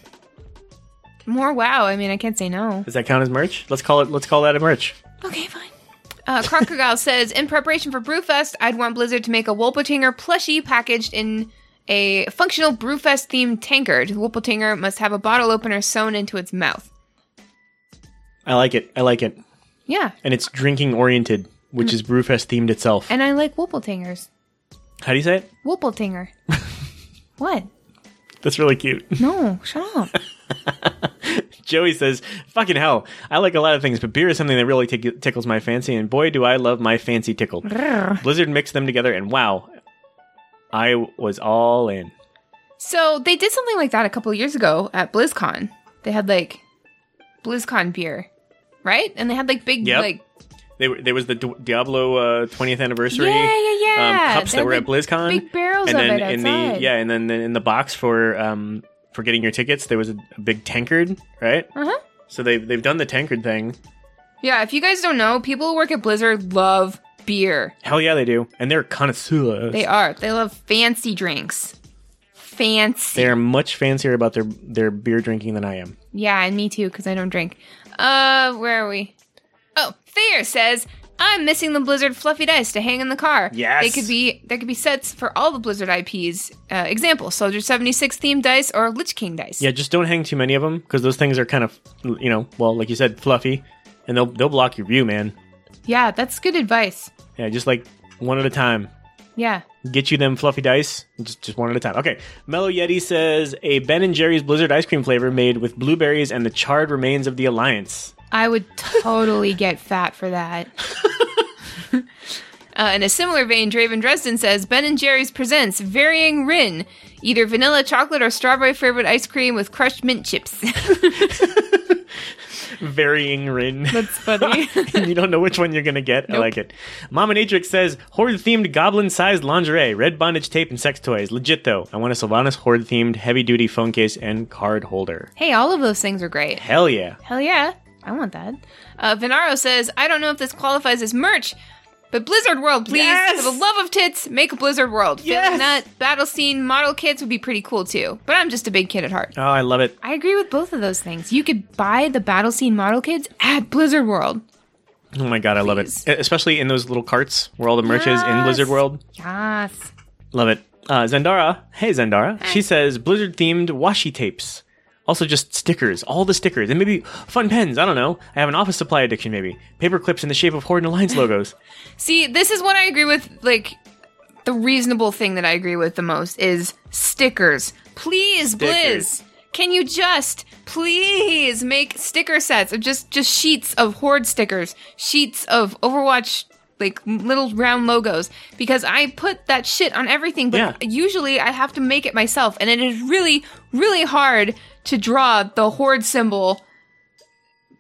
[SPEAKER 1] more wow. I mean, I can't say no.
[SPEAKER 2] Does that count as merch? Let's call it. Let's call that a merch.
[SPEAKER 1] Okay, fine. Uh, Crocodile says, in preparation for Brewfest, I'd want Blizzard to make a Wolpertinger plushie packaged in a functional Brewfest themed tankard. The Wolpertinger must have a bottle opener sewn into its mouth.
[SPEAKER 2] I like it. I like it,
[SPEAKER 1] Yeah,
[SPEAKER 2] and it's drinking oriented, which is Brewfest themed itself.
[SPEAKER 1] Mm. and I like Wolpertingers.
[SPEAKER 2] How do you say it?
[SPEAKER 1] Wolpertinger. what?
[SPEAKER 2] That's really cute.
[SPEAKER 1] No, shut up.
[SPEAKER 2] Joey says, "Fucking hell, I like a lot of things, but beer is something that really tick tickles my fancy, and boy, do I love my fancy tickled." Blizzard mixed them together, and wow, I was all in.
[SPEAKER 1] So they did something like that a couple of years ago at BlizzCon. They had like BlizzCon beer, right? And they had like big
[SPEAKER 2] Yep.
[SPEAKER 1] like
[SPEAKER 2] They, were- there was the Du- Diablo uh, 20th anniversary
[SPEAKER 1] Yeah, yeah, yeah.
[SPEAKER 2] Um, cups
[SPEAKER 1] They
[SPEAKER 2] that
[SPEAKER 1] had,
[SPEAKER 2] were at
[SPEAKER 1] like,
[SPEAKER 2] BlizzCon,
[SPEAKER 1] big barrels
[SPEAKER 2] and
[SPEAKER 1] of
[SPEAKER 2] then
[SPEAKER 1] it
[SPEAKER 2] in
[SPEAKER 1] outside.
[SPEAKER 2] the yeah, and then in the box for um for getting your tickets, there was a, a big tankard, right?
[SPEAKER 1] Uh huh.
[SPEAKER 2] So they they've done the tankard thing.
[SPEAKER 1] Yeah, if you guys don't know, people who work at Blizzard love beer.
[SPEAKER 2] Hell yeah, they do, and they're connoisseurs.
[SPEAKER 1] They are. They love fancy drinks. Fancy.
[SPEAKER 2] They are much fancier about their their beer drinking than I am.
[SPEAKER 1] yeah, and me too, because I don't drink. Uh, where are we? Oh, Thayer says, I'm missing the Blizzard fluffy dice to hang in the car.
[SPEAKER 2] Yes.
[SPEAKER 1] They could be there could be sets for all the Blizzard IPs. Uh, example, Soldier 76 themed dice or Lich King dice.
[SPEAKER 2] Yeah, just don't hang too many of them because those things are kind of, you know, well, like you said, fluffy, and they'll they'll block your view, man.
[SPEAKER 1] Yeah, that's good advice.
[SPEAKER 2] Yeah, just like one at a time.
[SPEAKER 1] Yeah.
[SPEAKER 2] Get you them fluffy dice, just just one at a time. Okay, Mellow Yeti says a Ben and Jerry's Blizzard ice cream flavor made with blueberries and the charred remains of the Alliance.
[SPEAKER 1] I would totally get fat for that. uh, in a similar vein, Draven Dresden says Ben and Jerry's presents varying Rin, either vanilla chocolate or strawberry flavored ice cream with crushed mint chips.
[SPEAKER 2] varying Rin.
[SPEAKER 1] That's funny.
[SPEAKER 2] you don't know which one you're gonna get. I like it. Mama Natrix says horde themed goblin sized lingerie, red bondage tape, and sex toys. Legit though. I want a Sylvanas horde themed heavy duty phone case and card holder.
[SPEAKER 1] hey, all of those things are great.
[SPEAKER 2] Hell yeah.
[SPEAKER 1] Hell yeah.
[SPEAKER 3] I want that.
[SPEAKER 1] Uh, Venaro says, I don't know if this qualifies as merch, but Blizzard World, please.
[SPEAKER 2] Yes!
[SPEAKER 1] For the love of tits, make a Blizzard World.
[SPEAKER 2] Yes!
[SPEAKER 1] Failing that, battle scene model kits would be pretty cool too. But I'm just a big kid at heart.
[SPEAKER 2] Oh, I love it.
[SPEAKER 3] I agree with both of those things.
[SPEAKER 1] You could buy the battle scene model kits at Blizzard World.
[SPEAKER 2] Oh my god, I love it.
[SPEAKER 1] Please.
[SPEAKER 2] Especially in those little carts where all the merch is in
[SPEAKER 3] Yes.
[SPEAKER 2] Blizzard World.
[SPEAKER 3] Yes.
[SPEAKER 2] Love it. Uh, Zendara, hey Zendara, she says Blizzard themed washi tapes. Also, just stickers, all the stickers, and maybe fun pens. I don't know. I have an office supply addiction, maybe. Paper clips in the shape of Horde and Alliance logos.
[SPEAKER 1] See, this is what I agree with. Like, the reasonable thing that I agree with the most is stickers. Please,
[SPEAKER 2] Stickers.
[SPEAKER 1] Blizz, can you just please make sticker sets of just just sheets of Horde stickers, sheets of Overwatch like little round logos because I put that shit on everything. But
[SPEAKER 2] Yeah.
[SPEAKER 1] usually I have to make it myself, and it is really really hard to draw the Horde symbol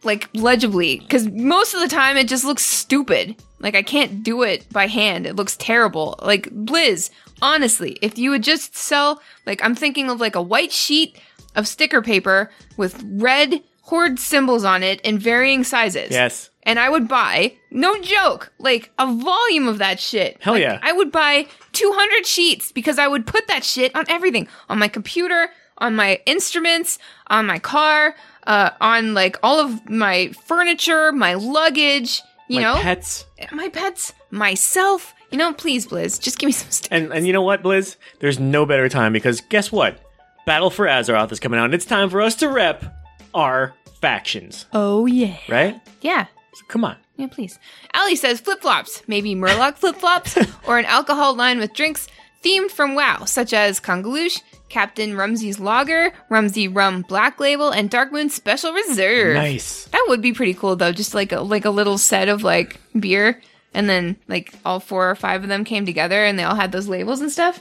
[SPEAKER 1] like legibly because most of the time it just looks stupid like i can't do it by hand it looks terrible like blizz honestly if you would just sell like i'm thinking of like a white sheet of sticker paper with red horde symbols on it in varying sizes
[SPEAKER 2] Yes.
[SPEAKER 1] and i would buy no joke like a volume of that shit
[SPEAKER 2] Hell
[SPEAKER 1] Like,
[SPEAKER 2] yeah.
[SPEAKER 1] i would buy 200 sheets because i would put that shit on everything on my computer on my instruments on my car uh, on like all of my furniture, my luggage, you
[SPEAKER 2] my
[SPEAKER 1] know,
[SPEAKER 2] pets.
[SPEAKER 1] my pets, myself. You know, please, Blizz, just give me some stuff.
[SPEAKER 2] And and you know what, Blizz? There's no better time because guess what? Battle for Azeroth is coming out, and it's time for us to rep our factions,
[SPEAKER 3] Oh yeah.
[SPEAKER 2] right?
[SPEAKER 1] Yeah,
[SPEAKER 2] So come on.
[SPEAKER 1] yeah, please. Allie says flip flops, maybe Murloc flip flops, or an alcohol line with drinks themed from WoW, such as Congaloosh, Captain Rumsey's Lager, Rumsey Rum Black Label, and Dark Moon Special Reserve.
[SPEAKER 2] Nice.
[SPEAKER 1] That would be pretty cool though, just like a, like a little set of like beer, and then like all four or five of them came together, and they all had those labels and stuff.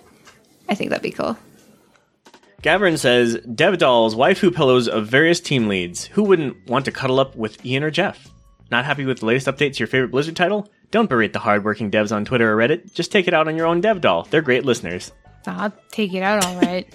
[SPEAKER 1] I think that'd be cool.
[SPEAKER 2] Gavin says Dev dolls, waifu pillows of various team leads. Who wouldn't want to cuddle up with Ian or Jeff? Not happy with the latest update to your favorite Blizzard title? Don't berate the hardworking devs on Twitter or Reddit. Just take it out on your own dev doll. They're great listeners.
[SPEAKER 3] I'll take it out all right.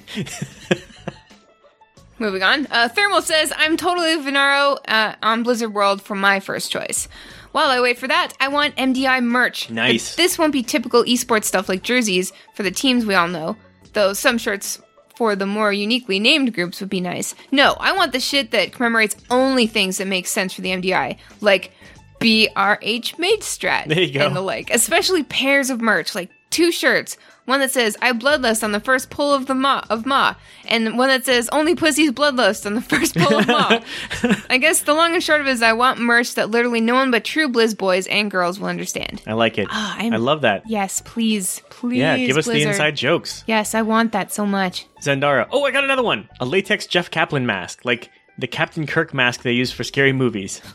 [SPEAKER 1] Moving on. Uh, Thermal says, I'm totally Venaro uh, on Blizzard World for my first choice. While I wait for that, I want MDI merch.
[SPEAKER 2] Nice.
[SPEAKER 1] But this won't be typical esports stuff like jerseys for the teams we all know, though some shirts for the more uniquely named groups would be nice. No, I want the shit that commemorates only things that make sense for the MDI, like BRH Mage Strat
[SPEAKER 2] There you go.
[SPEAKER 1] and the like, especially pairs of merch, like two shirts. One that says "I bloodlust" on the first pull of the ma of ma, and one that says "Only pussies bloodlust" on the first pull of ma. I guess the long and short of it is, I want merch that literally no one but true Blizz boys and girls will understand.
[SPEAKER 2] I like it.
[SPEAKER 1] Ah,
[SPEAKER 3] I'm-
[SPEAKER 2] I love that.
[SPEAKER 3] yes, please, please.
[SPEAKER 2] Yeah, give us
[SPEAKER 3] Blizzard.
[SPEAKER 2] the inside jokes.
[SPEAKER 3] Yes, I want that so much.
[SPEAKER 2] Zendara. Oh, I got another one. A latex Jeff Kaplan mask, like the Captain Kirk mask they use for scary movies.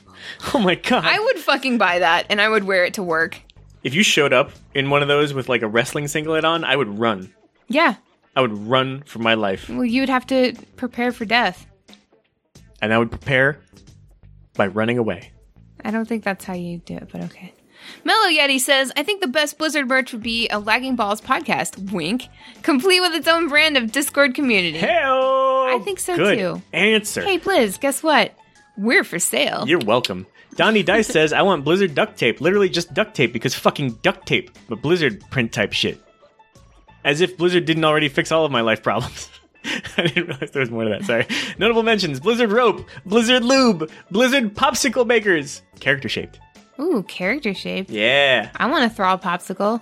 [SPEAKER 2] Oh my god.
[SPEAKER 1] I would fucking buy that, and I would wear it to work.
[SPEAKER 2] if you showed up in one of those with like a wrestling singlet on, I would run.
[SPEAKER 3] Yeah.
[SPEAKER 2] I would run for my life.
[SPEAKER 3] Well, you would have to prepare for death.
[SPEAKER 2] And I would prepare by running away.
[SPEAKER 3] I don't think that's how you do it, but okay.
[SPEAKER 1] Mellow Yeti says, I think the best Blizzard merch would be a Lagging Balls podcast, wink, complete with its own brand of Discord community.
[SPEAKER 2] Hell I
[SPEAKER 3] think so,
[SPEAKER 2] Good
[SPEAKER 3] too.
[SPEAKER 2] Answer.
[SPEAKER 3] Hey, Blizz, guess what?
[SPEAKER 1] We're for sale.
[SPEAKER 2] You're welcome. Donnie Dice says, I want Blizzard duct tape. Literally just duct tape because fucking duct tape, but Blizzard print type shit. As if Blizzard didn't already fix all of my life problems. I didn't realize there was more to that, sorry. Notable mentions Blizzard rope, Blizzard lube, Blizzard popsicle makers. Character shaped.
[SPEAKER 3] Ooh, character shape.
[SPEAKER 2] Yeah.
[SPEAKER 3] I want a thrall popsicle.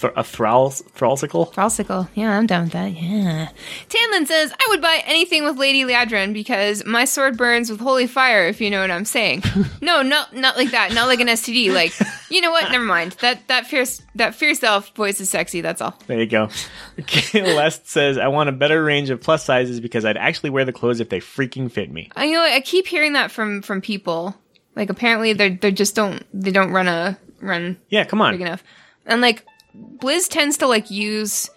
[SPEAKER 2] Th- a thrall, thrallsicle?
[SPEAKER 3] Thrallsicle. Yeah, I'm down with that. Yeah.
[SPEAKER 1] Tanlin says, I would buy anything with Lady Liadrin because my sword burns with holy fire, if you know what I'm saying. no, not not like that. Not like an STD. Like, you know what? Never mind. That that fierce that fierce elf voice is sexy, that's all.
[SPEAKER 2] There you go. Lest says, I want a better range of plus sizes because I'd actually wear the clothes if they freaking fit me.
[SPEAKER 1] I you know I keep hearing that from from people. Like apparently they they just don't they don't run a run
[SPEAKER 2] Yeah, come on.
[SPEAKER 1] big enough. And like Blizz tends to like use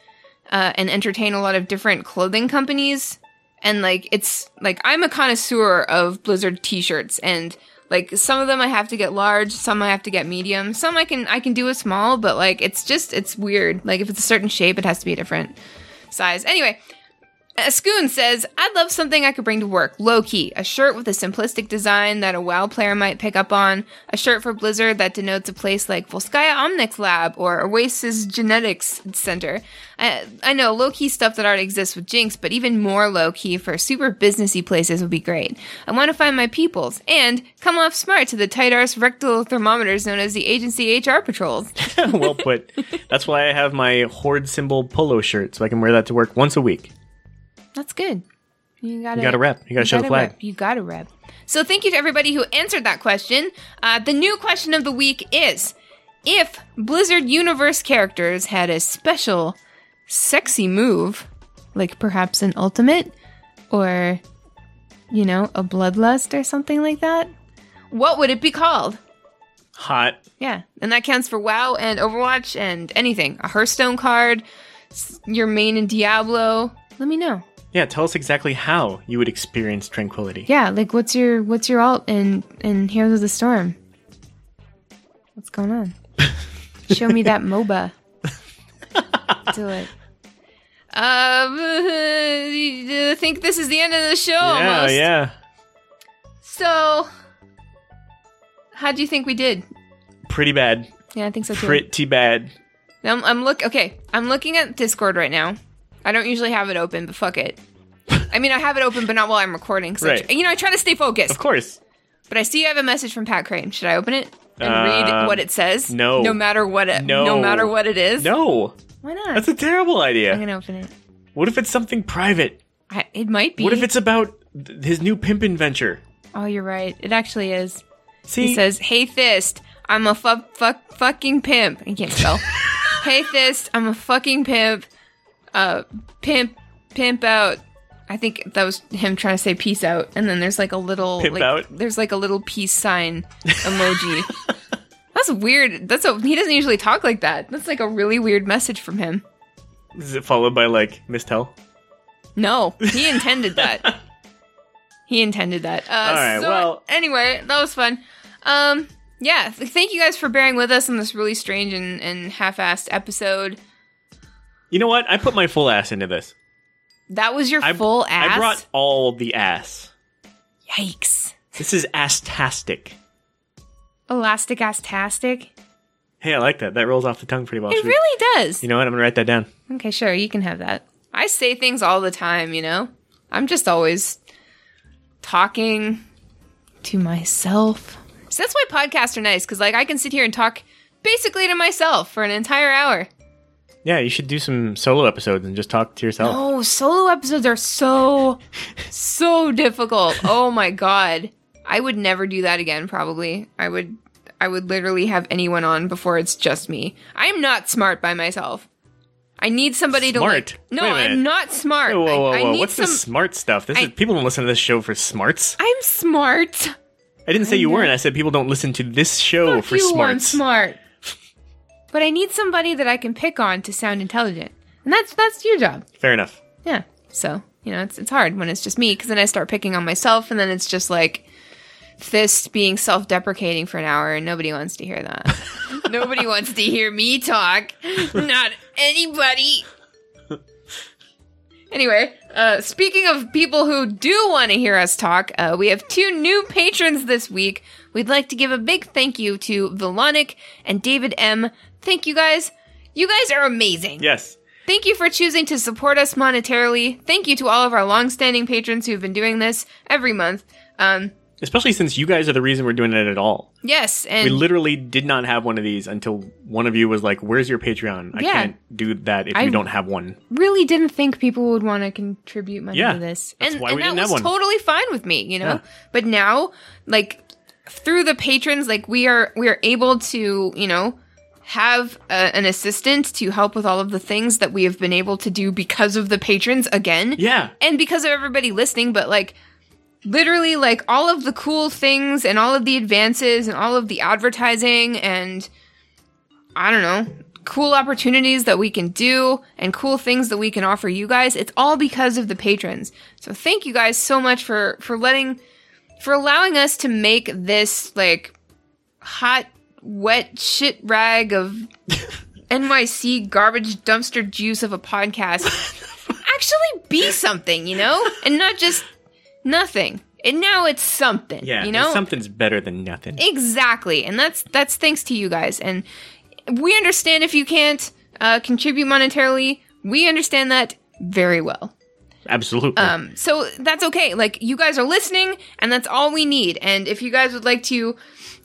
[SPEAKER 1] uh, and entertain a lot of different clothing companies and like it's like I'm a connoisseur of Blizzard t-shirts and like some of them I have to get large, some I have to get medium, some I can I can do a small, but like it's just it's weird. Like if it's a certain shape, it has to be a different size. Anyway, uh, Scoon says, I'd love something I could bring to work. Low key. A shirt with a simplistic design that a WoW player might pick up on. A shirt for Blizzard that denotes a place like Volskaya Omnic Lab or Oasis Genetics Center. I, I know low key stuff that already exists with Jinx, but even more low key for super businessy places would be great. I want to find my peoples and come off smart to the tight arse rectal thermometers known as the agency HR patrols.
[SPEAKER 2] well put. That's why I have my horde symbol polo shirt, so I can wear that to work once a week.
[SPEAKER 1] That's good. You gotta,
[SPEAKER 2] You gotta rep. You gotta show the flag.
[SPEAKER 1] rep. You gotta rep. So thank you to everybody who answered that question. Uh, the new question of the week is: If Blizzard Universe characters had a special, sexy move, like perhaps an ultimate, or you know, a bloodlust or something like that, what would it be called?
[SPEAKER 2] Hot.
[SPEAKER 1] Yeah, and that counts for WoW and Overwatch and anything. A Hearthstone card, s- your main in Diablo. Let me know.
[SPEAKER 2] Yeah, tell us exactly how you would experience tranquility.
[SPEAKER 1] yeah like what's your what's your alt and and heroes of the storm what's going on show me that moba do it um, I think this is the end of the show.
[SPEAKER 2] yeah,
[SPEAKER 1] almost.
[SPEAKER 2] yeah.
[SPEAKER 1] So, how do you think we did?
[SPEAKER 2] Pretty bad.
[SPEAKER 1] Yeah, I think so too.
[SPEAKER 2] Pretty bad.
[SPEAKER 1] I'm, I'm look. Okay, I'm looking at Discord right now. I don't usually have it open, but fuck it. I mean, I have it open, but not while I'm recording. So I tr-
[SPEAKER 2] Right.
[SPEAKER 1] you know, I try to stay focused.
[SPEAKER 2] Of course.
[SPEAKER 1] But I see you have a message from Pat Crane. Should I open it and
[SPEAKER 2] Um,
[SPEAKER 1] read what it says?
[SPEAKER 2] no.
[SPEAKER 1] No matter what it
[SPEAKER 2] No.
[SPEAKER 1] no matter what it is.
[SPEAKER 2] No,
[SPEAKER 1] Why not?
[SPEAKER 2] that's a terrible
[SPEAKER 1] I'm
[SPEAKER 2] idea.
[SPEAKER 1] gonna open it.
[SPEAKER 2] What if it's something private?
[SPEAKER 1] I, it might be.
[SPEAKER 2] What if it's about th- his new pimpin' venture?
[SPEAKER 1] Oh, you're right. It actually is.
[SPEAKER 2] See,
[SPEAKER 1] He says, "Hey Thist, I'm a fuck fuck fucking pimp." I can't spell. hey Thist, I'm a fucking pimp. Uh, pimp pimp out. I think that was him trying to say peace out, and then there's like a little
[SPEAKER 2] Pimp
[SPEAKER 1] like,
[SPEAKER 2] out?
[SPEAKER 1] There's like a little peace sign emoji. That's weird. That's a he doesn't usually talk like that. That's like a really weird message from him.
[SPEAKER 2] is it followed by like mistel?
[SPEAKER 1] No, he intended that. he intended that. Uh,
[SPEAKER 2] All right,
[SPEAKER 1] so
[SPEAKER 2] well-
[SPEAKER 1] anyway, that was fun. Um, yeah, th- thank you guys for bearing with us on this really strange and, and half-assed episode.
[SPEAKER 2] You know what? I put my full ass into this.
[SPEAKER 1] That was your
[SPEAKER 2] I,
[SPEAKER 1] full ass.
[SPEAKER 2] I brought all the ass.
[SPEAKER 1] Yikes!
[SPEAKER 2] This is ass-tastic.
[SPEAKER 1] Elastic ass tastic.
[SPEAKER 2] Hey, I like that. That rolls off the tongue pretty well.
[SPEAKER 1] It
[SPEAKER 2] Should we-
[SPEAKER 1] really does.
[SPEAKER 2] You know what? I'm gonna write that down.
[SPEAKER 1] Okay, sure, you can have that. I say things all the time, you know. I'm just always talking to myself. So that's why podcasts are nice, because like I can sit here and talk basically to myself for an entire hour.
[SPEAKER 2] Yeah, you should do some solo episodes and just talk to yourself.
[SPEAKER 1] Oh, solo episodes are so, so difficult. Oh my god, I would never do that again. Probably, I would, I would literally have anyone on before it's just me. I'm not smart by myself. I need somebody
[SPEAKER 2] Smart?
[SPEAKER 1] to like. No,
[SPEAKER 2] Wait a minute.
[SPEAKER 1] I'm not smart.
[SPEAKER 2] Whoa, whoa, whoa!
[SPEAKER 1] I, I
[SPEAKER 2] whoa.
[SPEAKER 1] need
[SPEAKER 2] What's
[SPEAKER 1] some.
[SPEAKER 2] this smart stuff? This
[SPEAKER 1] I-
[SPEAKER 2] is people don't listen to this show for smarts.
[SPEAKER 1] I'm smart.
[SPEAKER 2] I didn't say you weren't. I said people don't listen to this show
[SPEAKER 1] Fuck
[SPEAKER 2] Oh, for
[SPEAKER 1] you, I'm
[SPEAKER 2] smarts.
[SPEAKER 1] smart. But I need somebody that I can pick on to sound intelligent, and that's that's your job.
[SPEAKER 2] Fair enough.
[SPEAKER 1] Yeah. So, you know, it's, it's hard when it's just me because then I start picking on myself and then it's just like fist being self deprecating for an hour and nobody wants to hear that. nobody wants to hear me talk. Not anybody. Anyway, uh, speaking of people who do want to hear us talk, uh, we have two new patrons this week. We'd like to give a big thank you to Vilonic and David M. Thank you guys. You guys are amazing.
[SPEAKER 2] Yes.
[SPEAKER 1] Thank you for choosing to support us monetarily. Thank you to all of our longstanding patrons who've been doing this every month. Um,
[SPEAKER 2] Especially since you guys are the reason we're doing it at all.
[SPEAKER 1] yes, and
[SPEAKER 2] We literally did not have one of these until one of you was like, Where's your Patreon? I
[SPEAKER 1] Yeah.
[SPEAKER 2] can't do that if
[SPEAKER 1] I-
[SPEAKER 2] you don't have one.
[SPEAKER 1] really didn't think people would want to contribute money
[SPEAKER 2] Yeah,
[SPEAKER 1] to this.
[SPEAKER 2] that's
[SPEAKER 1] and
[SPEAKER 2] why
[SPEAKER 1] and
[SPEAKER 2] we
[SPEAKER 1] that
[SPEAKER 2] didn't have
[SPEAKER 1] was
[SPEAKER 2] one.
[SPEAKER 1] totally fine with me, you know?
[SPEAKER 2] Yeah.
[SPEAKER 1] But now, like through the patrons, like we are we are able to, you know, have uh an assistant to help with all of the things that we have been able to do because of the patrons again.
[SPEAKER 2] Yeah.
[SPEAKER 1] and because of everybody listening, but like literally like all of the cool things and all of the advances and all of the advertising and I don't know, cool opportunities that we can do and cool things that we can offer you guys. It's all because of the patrons. So thank you guys so much for for letting for allowing us to make this like hot wet shit rag of NYC garbage dumpster juice of a podcast actually be something, you know? And not just nothing. And now it's something.
[SPEAKER 2] Yeah,
[SPEAKER 1] you know?
[SPEAKER 2] something's better than nothing.
[SPEAKER 1] Exactly, and that's that's thanks to you guys. And we understand if you can't uh, contribute monetarily, we understand that very well.
[SPEAKER 2] Absolutely.
[SPEAKER 1] Um, so that's okay. Like you guys are listening, and that's all we need. And if you guys would like to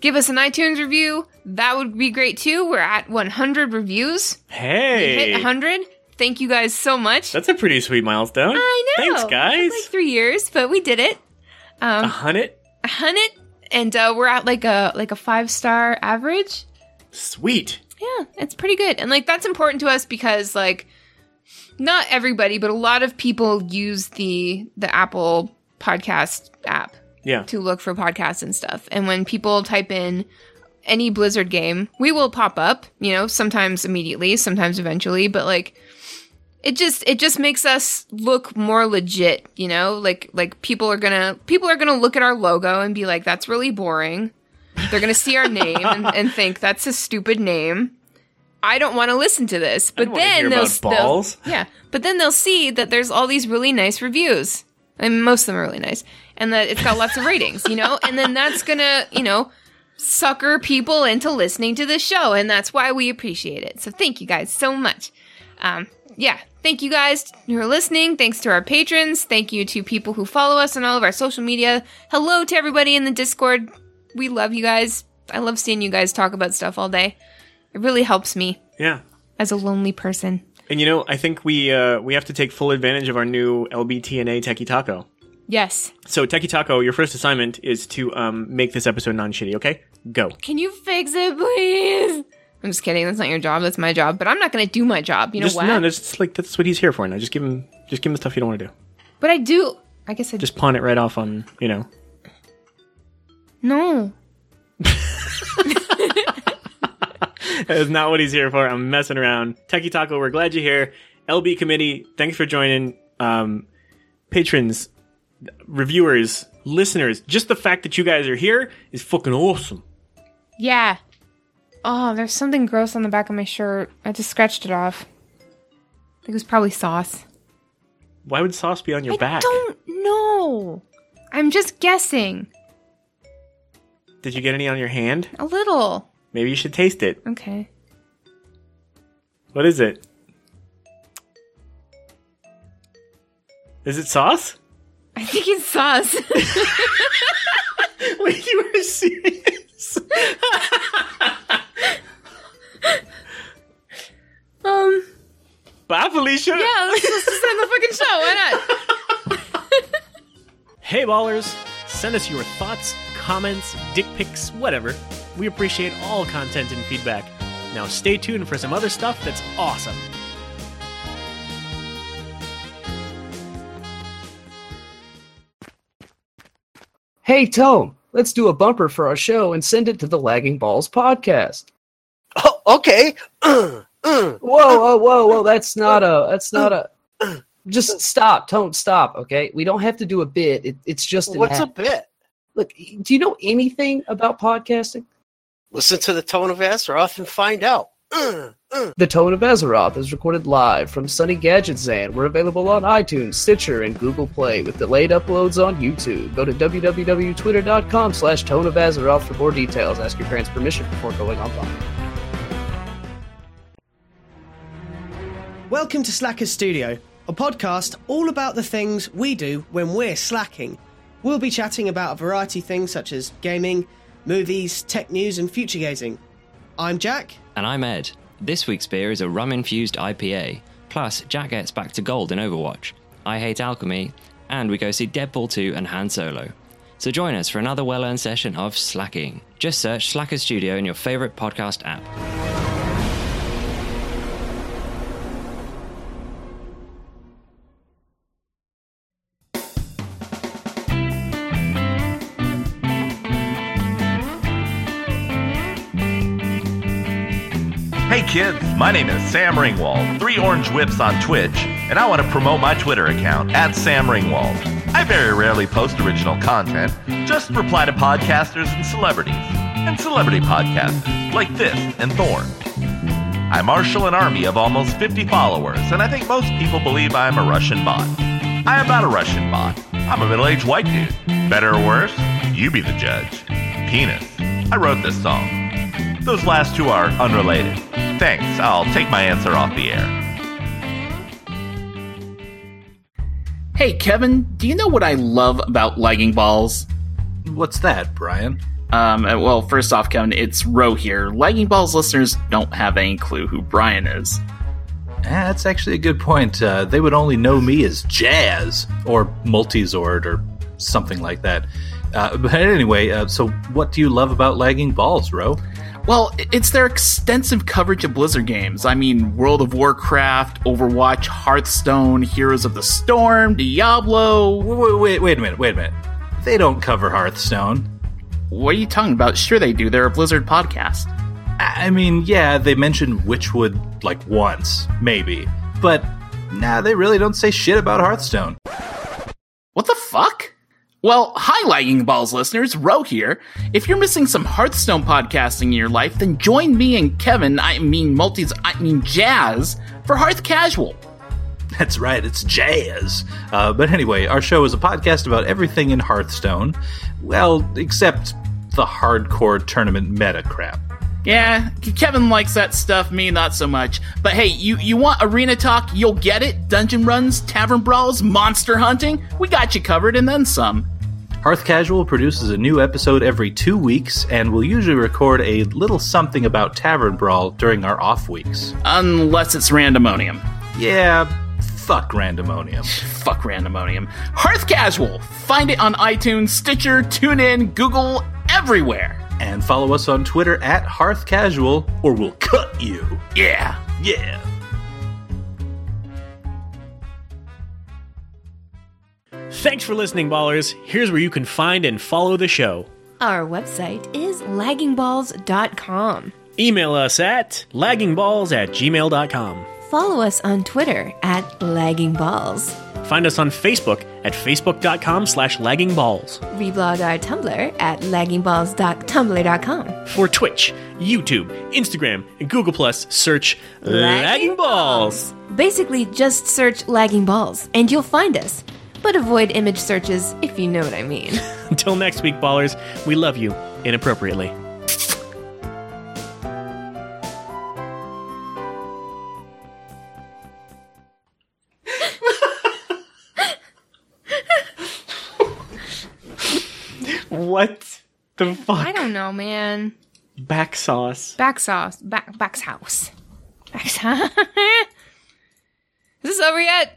[SPEAKER 1] give us an iTunes review, that would be great too. We're at 100 reviews. Hit
[SPEAKER 2] hey,
[SPEAKER 1] 100. Thank you guys so much.
[SPEAKER 2] that's a pretty sweet milestone.
[SPEAKER 1] I know.
[SPEAKER 2] Thanks,
[SPEAKER 1] It took,
[SPEAKER 2] guys.
[SPEAKER 1] Like um, three years, but we did it.
[SPEAKER 2] a hundred.
[SPEAKER 1] Hundred, and uh, we're at like a like a five star average.
[SPEAKER 2] Sweet.
[SPEAKER 1] Yeah, it's pretty good. And like that's important to us because like not everybody, but a lot of people use the the Apple podcast app
[SPEAKER 2] Yeah.
[SPEAKER 1] to look for podcasts and stuff. And when people type in any Blizzard game, we will pop up, you know, sometimes immediately, sometimes eventually, but like it just it just makes us look more legit, you know? Like like people are going to people are going to look at our logo and be like that's really boring. They're going to see our name and, and think that's a stupid name. I don't want to listen to this. But
[SPEAKER 2] don't wanna
[SPEAKER 1] then
[SPEAKER 2] hear
[SPEAKER 1] they'll,
[SPEAKER 2] about balls.
[SPEAKER 1] they'll yeah, but then they'll see that there's all these really nice reviews. I mean, most of them are really nice, and that it's got lots of ratings, you know. And then that's gonna, you know, sucker people into listening to the show, and that's why we appreciate it. So thank you guys so much. Um, yeah, thank you guys who are listening. Thanks to our patrons. Thank you to people who follow us on all of our social media. Hello to everybody in the Discord. We love you guys. I love seeing you guys talk about stuff all day. It really helps me
[SPEAKER 2] Yeah.
[SPEAKER 1] as a lonely person.
[SPEAKER 2] And you know, I think we uh, we have to take full advantage of our new LBTNA Techie Taco.
[SPEAKER 1] Yes.
[SPEAKER 2] So Techie Taco, your first assignment is to um, make this episode non-shitty. Okay, go.
[SPEAKER 1] Can you fix it, please? I'm just kidding. That's not your job. That's my job. But I'm not going to do my job. You know
[SPEAKER 2] Just
[SPEAKER 1] what?
[SPEAKER 2] no, that's just like that's what he's here for. Now, just give him just give him the stuff you don't want to do.
[SPEAKER 1] but I do. I guess I just
[SPEAKER 2] Just pawn it right off on you know.
[SPEAKER 1] no.
[SPEAKER 2] That is not what he's here for. I'm messing around. Techie Taco, we're glad you're here. LB committee, thanks for joining. Um, patrons, reviewers, listeners, just the fact that you guys are here is fucking awesome.
[SPEAKER 1] Yeah. Oh, there's something gross on the back of my shirt. I just scratched it off. I think it was probably sauce.
[SPEAKER 2] Why would sauce be on your
[SPEAKER 1] I
[SPEAKER 2] back?
[SPEAKER 1] don't know. I'm just guessing.
[SPEAKER 2] Did you get any on your hand?
[SPEAKER 1] A little.
[SPEAKER 2] Maybe you should taste it.
[SPEAKER 1] Okay.
[SPEAKER 2] What is it? Is it sauce?
[SPEAKER 1] I think it's sauce.
[SPEAKER 2] Wait, you were serious?
[SPEAKER 1] um.
[SPEAKER 2] Bye, Felicia.
[SPEAKER 1] Yeah. Let's just end the fucking show. Why not?
[SPEAKER 2] Hey Ballers! Send us your thoughts, comments, dick pics, whatever. We appreciate all content and feedback. Now stay tuned for some other stuff that's awesome.
[SPEAKER 5] Hey, Tome, let's do a bumper for our show and send it to the Lagging Balls podcast.
[SPEAKER 6] Oh, okay. Uh, uh.
[SPEAKER 5] Whoa, whoa, whoa, whoa! That's not a. That's not a. Just stop, Tome. Stop. Okay, we don't have to do a bit. It, it's just an
[SPEAKER 6] What's a
[SPEAKER 5] act.
[SPEAKER 6] bit?
[SPEAKER 5] Look, do you know anything about podcasting?
[SPEAKER 6] Listen to the tone of Azeroth and find out. Uh, uh.
[SPEAKER 5] The Tone of Azeroth is recorded live from Sunny Gadget Zan. We're available on iTunes, Stitcher, and Google Play with delayed uploads on YouTube. Go to www.twitter.com slash Tone of Azeroth for more details. Ask your parents' permission before going online.
[SPEAKER 7] Welcome to Slackers Studio, a podcast all about the things we do when we're slacking. We'll be chatting about a variety of things such as gaming, movies, tech news, and future gazing. I'm Jack.
[SPEAKER 8] And I'm Ed. This week's beer is a rum infused IPA. Plus, Jack gets back to gold in Overwatch. I hate alchemy. And we go see Deadpool 2 and Han Solo. So join us for another well earned session of Slacking. Just search Slacker Studio in your favourite podcast app.
[SPEAKER 9] Hey kids, my name is Sam Ringwald, Three Orange Whips on Twitch, and I want to promote my Twitter account at Sam Ringwald. I very rarely post original content, just reply to podcasters and celebrities, and celebrity podcasters like this and Thorn. I marshal an army of almost 50 followers, and I think most people believe I'm a Russian bot. I am not a Russian bot. I'm a middle aged white dude. Better or worse, you be the judge. Penis. I wrote this song. Those last two are unrelated. Thanks, I'll take my answer off the air.
[SPEAKER 10] Hey, Kevin, do you know what I love about lagging balls?
[SPEAKER 11] What's that, Brian?
[SPEAKER 10] Um, uh, well, first off, Kevin, it's Ro here. Lagging balls listeners don't have any clue who Brian is.
[SPEAKER 11] Ah, that's actually a good point. Uh, they would only know me as Jazz or Multizord or something like that. Uh, but anyway, uh, so what do you love about lagging balls, Ro?
[SPEAKER 10] Well, i- it's their extensive coverage of Blizzard games. I mean, World of Warcraft, Overwatch, Hearthstone, Heroes of the Storm, Diablo.
[SPEAKER 11] Wait, wait, wait a minute, wait a minute. They don't cover Hearthstone.
[SPEAKER 10] What are you talking about? Sure, they do. They're a Blizzard podcast.
[SPEAKER 11] I I mean, yeah, they mentioned Witchwood like once, maybe, but nah, they really don't say shit about Hearthstone.
[SPEAKER 10] What the fuck? Well, hi, Lagging Balls listeners, Ro here. If you're missing some Hearthstone podcasting in your life, then join me and Kevin, I mean Multis, I mean Jazz, for Hearth Casual.
[SPEAKER 11] That's right, it's jazz. Uh, but anyway, our show is a podcast about everything in Hearthstone. Well, except the hardcore tournament meta crap.
[SPEAKER 10] Yeah, Kevin likes that stuff, me not so much. But hey, you, you want arena talk, you'll get it. Dungeon runs, tavern brawls, monster hunting, we got you covered and then some.
[SPEAKER 11] Hearth Casual produces a new episode every two weeks, and we'll usually record a little something about Tavern Brawl during our off weeks.
[SPEAKER 10] Unless it's Randomonium.
[SPEAKER 11] Yeah, fuck Randomonium.
[SPEAKER 10] Fuck Randomonium. Hearth Casual! Find it on iTunes, Stitcher, TuneIn, Google, everywhere.
[SPEAKER 11] And follow us on Twitter at Hearth Casual, or we'll cut you.
[SPEAKER 10] Yeah.
[SPEAKER 11] Yeah.
[SPEAKER 2] Thanks for listening, ballers. Here's where you can find and follow the show.
[SPEAKER 3] Our website is laggingballs.com.
[SPEAKER 2] Email us at laggingballs at gmail.com.
[SPEAKER 3] Follow us on Twitter at laggingballs.
[SPEAKER 2] Find us on Facebook at facebook.com slash laggingballs.
[SPEAKER 3] Reblog our Tumblr at laggingballs.tumblr.com.
[SPEAKER 2] For Twitch, YouTube, Instagram, and Google Plus, search Lagging Balls.
[SPEAKER 3] Basically, just search lagging balls and you'll find us. But avoid image searches if you know what I mean.
[SPEAKER 2] Until next week, ballers, we love you inappropriately. what the
[SPEAKER 1] I
[SPEAKER 2] fuck?
[SPEAKER 1] don't know, man.
[SPEAKER 2] Back sauce.
[SPEAKER 1] Back sauce. Back back's house. Back's house. Is this over yet?